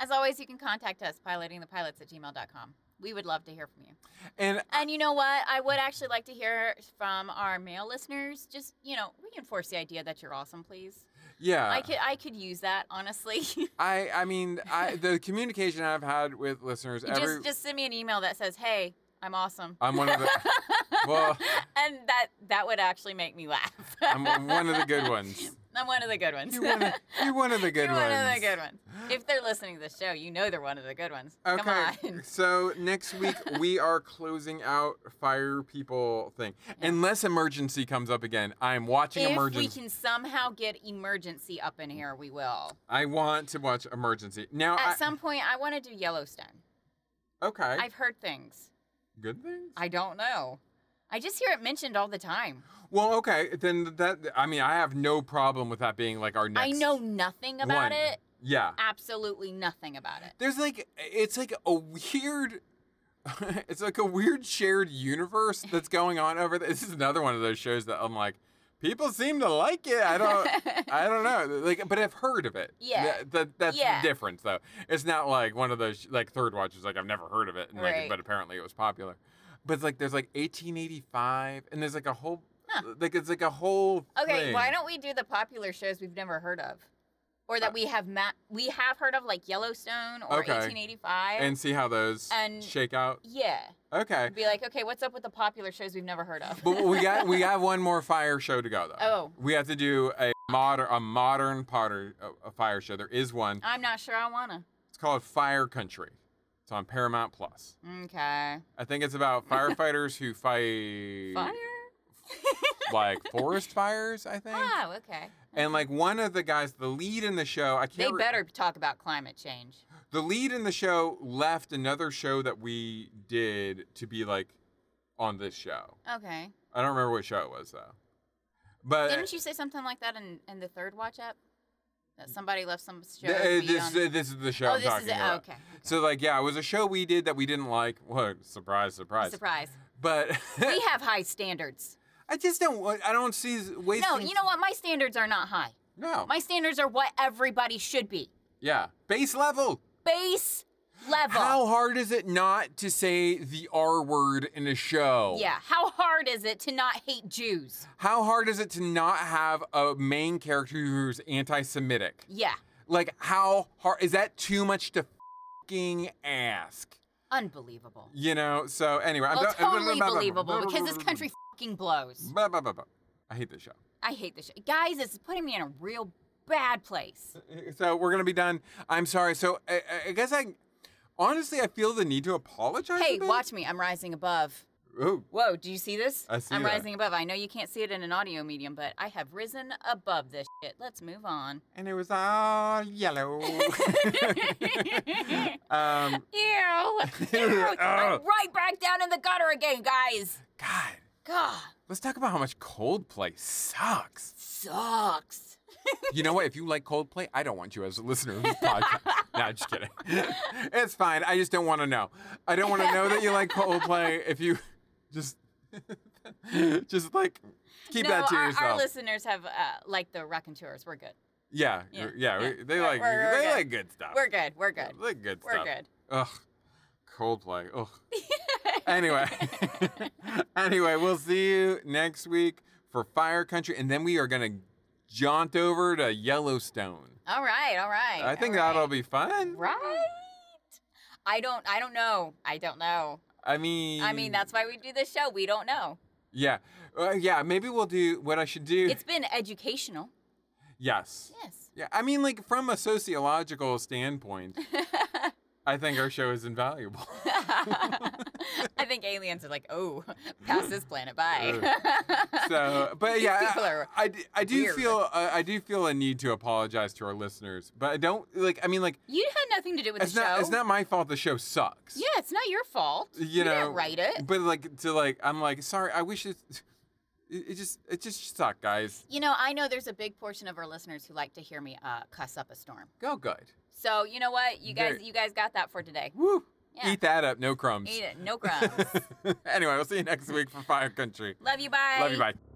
Speaker 2: As always, you can contact us, pilotingthepilots at gmail.com. We would love to hear from you.
Speaker 3: And
Speaker 2: And you know what? I would actually like to hear from our male listeners. Just, you know, reinforce the idea that you're awesome, please.
Speaker 3: yeah,
Speaker 2: I could I could use that, honestly. [laughs]
Speaker 3: I, I mean, I, the communication I've had with listeners, every,
Speaker 2: just just send me an email that says, "Hey, I'm awesome."
Speaker 3: I'm one of the, well,
Speaker 2: [laughs] and that that would actually make me laugh.
Speaker 3: I'm one of the good ones.
Speaker 2: [laughs] I'm one of the good ones.
Speaker 3: You're one of,
Speaker 2: [laughs]
Speaker 3: you're one of the good
Speaker 2: You're
Speaker 3: ones.
Speaker 2: one of the good ones. If they're listening to the show, you know they're one of the good ones. Come on. [laughs]
Speaker 3: So next week we are closing out fire people thing. Unless emergency comes up again, I am watching
Speaker 2: If
Speaker 3: emergency.
Speaker 2: we can somehow get emergency up in here, we will.
Speaker 3: I want to watch emergency. Now
Speaker 2: At
Speaker 3: I,
Speaker 2: some point, I want to do Yellowstone.
Speaker 3: okay.
Speaker 2: I've heard things.
Speaker 3: good things.
Speaker 2: I don't know. I just hear it mentioned all the time.
Speaker 3: well, okay, then that I mean, I have no problem with that being like our next
Speaker 2: I know nothing about
Speaker 3: one.
Speaker 2: it.
Speaker 3: Yeah.
Speaker 2: Absolutely nothing about it.
Speaker 3: There's like it's like a weird [laughs] it's like a weird shared universe that's going on over there. This is another one of those shows that I'm like people seem to like it. I don't I don't know. Like but I've heard of it.
Speaker 2: Yeah.
Speaker 3: That, that- that's
Speaker 2: Yeah.
Speaker 3: the difference though. It's not like one of those like third watch is like I've never heard of it and like
Speaker 2: Right.
Speaker 3: but apparently it was popular. But it's like there's like 1885 and there's like a whole
Speaker 2: Huh.
Speaker 3: like it's like a whole
Speaker 2: [laughs] Okay,
Speaker 3: thing.
Speaker 2: why don't we do the popular shows we've never heard of, or that we have ma- we have heard of, like Yellowstone or
Speaker 3: Uh, Okay.
Speaker 2: 1885?
Speaker 3: and see how those
Speaker 2: And-
Speaker 3: shake out.
Speaker 2: yeah, [laughs]
Speaker 3: Okay.
Speaker 2: be like, okay, what's up with the popular shows we've never heard of?
Speaker 3: but we got we got one more fire show to go though.
Speaker 2: Oh.
Speaker 3: We have to do a modern a modern potter a fire show. There is one.
Speaker 2: [laughs] I'm not sure I wanna.
Speaker 3: It's called Fire Country. It's on Paramount Plus.
Speaker 2: Okay.
Speaker 3: I think
Speaker 2: [laughs]
Speaker 3: it's about firefighters who fight
Speaker 2: Fire.
Speaker 3: like forest fires, I think.
Speaker 2: Oh, okay.
Speaker 3: And like one of the guys, the lead in the show, I
Speaker 2: They
Speaker 3: can't. re-
Speaker 2: better talk about climate change.
Speaker 3: The lead in the show left another show that we did to be like on this show.
Speaker 2: Okay.
Speaker 3: I don't remember what show it was though. But
Speaker 2: Didn't you say something like that in, in the third watch up? That somebody left some show.
Speaker 3: Th- uh,
Speaker 2: to be
Speaker 3: this,
Speaker 2: on-
Speaker 3: uh, this is the show
Speaker 2: Oh,
Speaker 3: I'm
Speaker 2: this is
Speaker 3: talking
Speaker 2: it. Oh,
Speaker 3: about.
Speaker 2: okay, okay.
Speaker 3: So like, yeah, it was a show we did that we didn't like. What surprise, surprise, Uh,
Speaker 2: Surprise.
Speaker 3: But
Speaker 2: we have high standards.
Speaker 3: [laughs] I just don't. want- I don't see s- wasting.
Speaker 2: No, you know what? My standards are not high.
Speaker 3: No.
Speaker 2: My standards are what everybody should be.
Speaker 3: yeah, base level.
Speaker 2: Base level.
Speaker 3: How hard is it not to say the R word in a show?
Speaker 2: yeah. How hard is it to not hate Jews?
Speaker 3: How hard is it to not have a main character who's anti-Semitic?
Speaker 2: Yeah.
Speaker 3: Like, how hard is that? Too much to fing ask.
Speaker 2: Unbelievable.
Speaker 3: You know. So anyway, I'm
Speaker 2: Well,
Speaker 3: done-
Speaker 2: totally believable because this country fucking blows.
Speaker 3: Blah, blah, blah, blah. I hate this show.
Speaker 2: I hate this shit. Guys, it's putting me in a real bad place.
Speaker 3: So we're gonna be done. I'm sorry. So I, I- I guess I, honestly, I feel the need to apologize.
Speaker 2: Hey,
Speaker 3: a bit.
Speaker 2: watch me. I'm rising above.
Speaker 3: Oh,
Speaker 2: Whoa, do you see this?
Speaker 3: I see
Speaker 2: I'm
Speaker 3: that.
Speaker 2: rising above. I know you can't see it in an audio medium, but I have risen above this shit. Let's move on.
Speaker 3: and it was
Speaker 2: [laughs]
Speaker 3: all yellow. [laughs] um, [laughs]
Speaker 2: Ew. Ew. I'm right back down in the gutter again, guys.
Speaker 3: God,
Speaker 2: God,
Speaker 3: let's talk about how much Coldplay sucks.
Speaker 2: sucks.
Speaker 3: You know what? If you like Coldplay, I don't want you as a listener of this podcast. no, I'm just kidding. [laughs] it's fine. I just don't want to know. I don't want to know that you like Coldplay. If you just, [laughs] just like keep
Speaker 2: no,
Speaker 3: that to
Speaker 2: our,
Speaker 3: yourself.
Speaker 2: our listeners have uh, like the raconteurs. We're good.
Speaker 3: Yeah,
Speaker 2: Yeah,
Speaker 3: you're- yeah,
Speaker 2: yeah.
Speaker 3: we- they
Speaker 2: We're-
Speaker 3: like
Speaker 2: we're- we're
Speaker 3: they
Speaker 2: good.
Speaker 3: like good stuff.
Speaker 2: We're good. We're good.
Speaker 3: They like good
Speaker 2: We're
Speaker 3: stuff.
Speaker 2: good.
Speaker 3: Ugh, Coldplay.
Speaker 2: [laughs]
Speaker 3: Ugh. anyway, [laughs] anyway, we'll see you next week for Fire Country, and then we are gonna jaunt over to Yellowstone.
Speaker 2: All right. All right.
Speaker 3: I think
Speaker 2: all
Speaker 3: that'll be fun.
Speaker 2: right. Right. I don't. I don't know. I don't know.
Speaker 3: I mean,
Speaker 2: I mean, that's why we do this show. We don't know.
Speaker 3: yeah, Uh, yeah. Maybe we'll do what I should do.
Speaker 2: It's been educational.
Speaker 3: yes.
Speaker 2: Yes.
Speaker 3: Yeah, I mean, like from a
Speaker 2: [laughs]
Speaker 3: sociological standpoint, I think our show is invaluable. [laughs]
Speaker 2: I think aliens are like, oh, pass this planet by. [laughs]
Speaker 3: so but
Speaker 2: These
Speaker 3: yeah
Speaker 2: people are
Speaker 3: I, I d- I do
Speaker 2: weird.
Speaker 3: feel I, I do feel a need to apologize to our listeners but i don't like i mean like
Speaker 2: you had nothing to do with
Speaker 3: it's
Speaker 2: the
Speaker 3: not
Speaker 2: show.
Speaker 3: it's not my fault the show sucks
Speaker 2: Yeah, it's not your fault.
Speaker 3: you,
Speaker 2: You,
Speaker 3: know
Speaker 2: didn't write it.
Speaker 3: but like to like i'm like sorry i wish it [laughs] it, it just it just sucked guys
Speaker 2: You know, I know there's a big portion of our listeners who like to hear me uh, cuss up a storm.
Speaker 3: go good
Speaker 2: So you know what, you guys,
Speaker 3: Very- [laughs]
Speaker 2: you guys got that for today.
Speaker 3: woo
Speaker 2: Yeah.
Speaker 3: Eat that up, no crumbs. [laughs]
Speaker 2: Eat it. No crumbs.
Speaker 3: anyway, we'll see you next week for Fire Country.
Speaker 2: Love you. Bye.
Speaker 3: Love you, bye.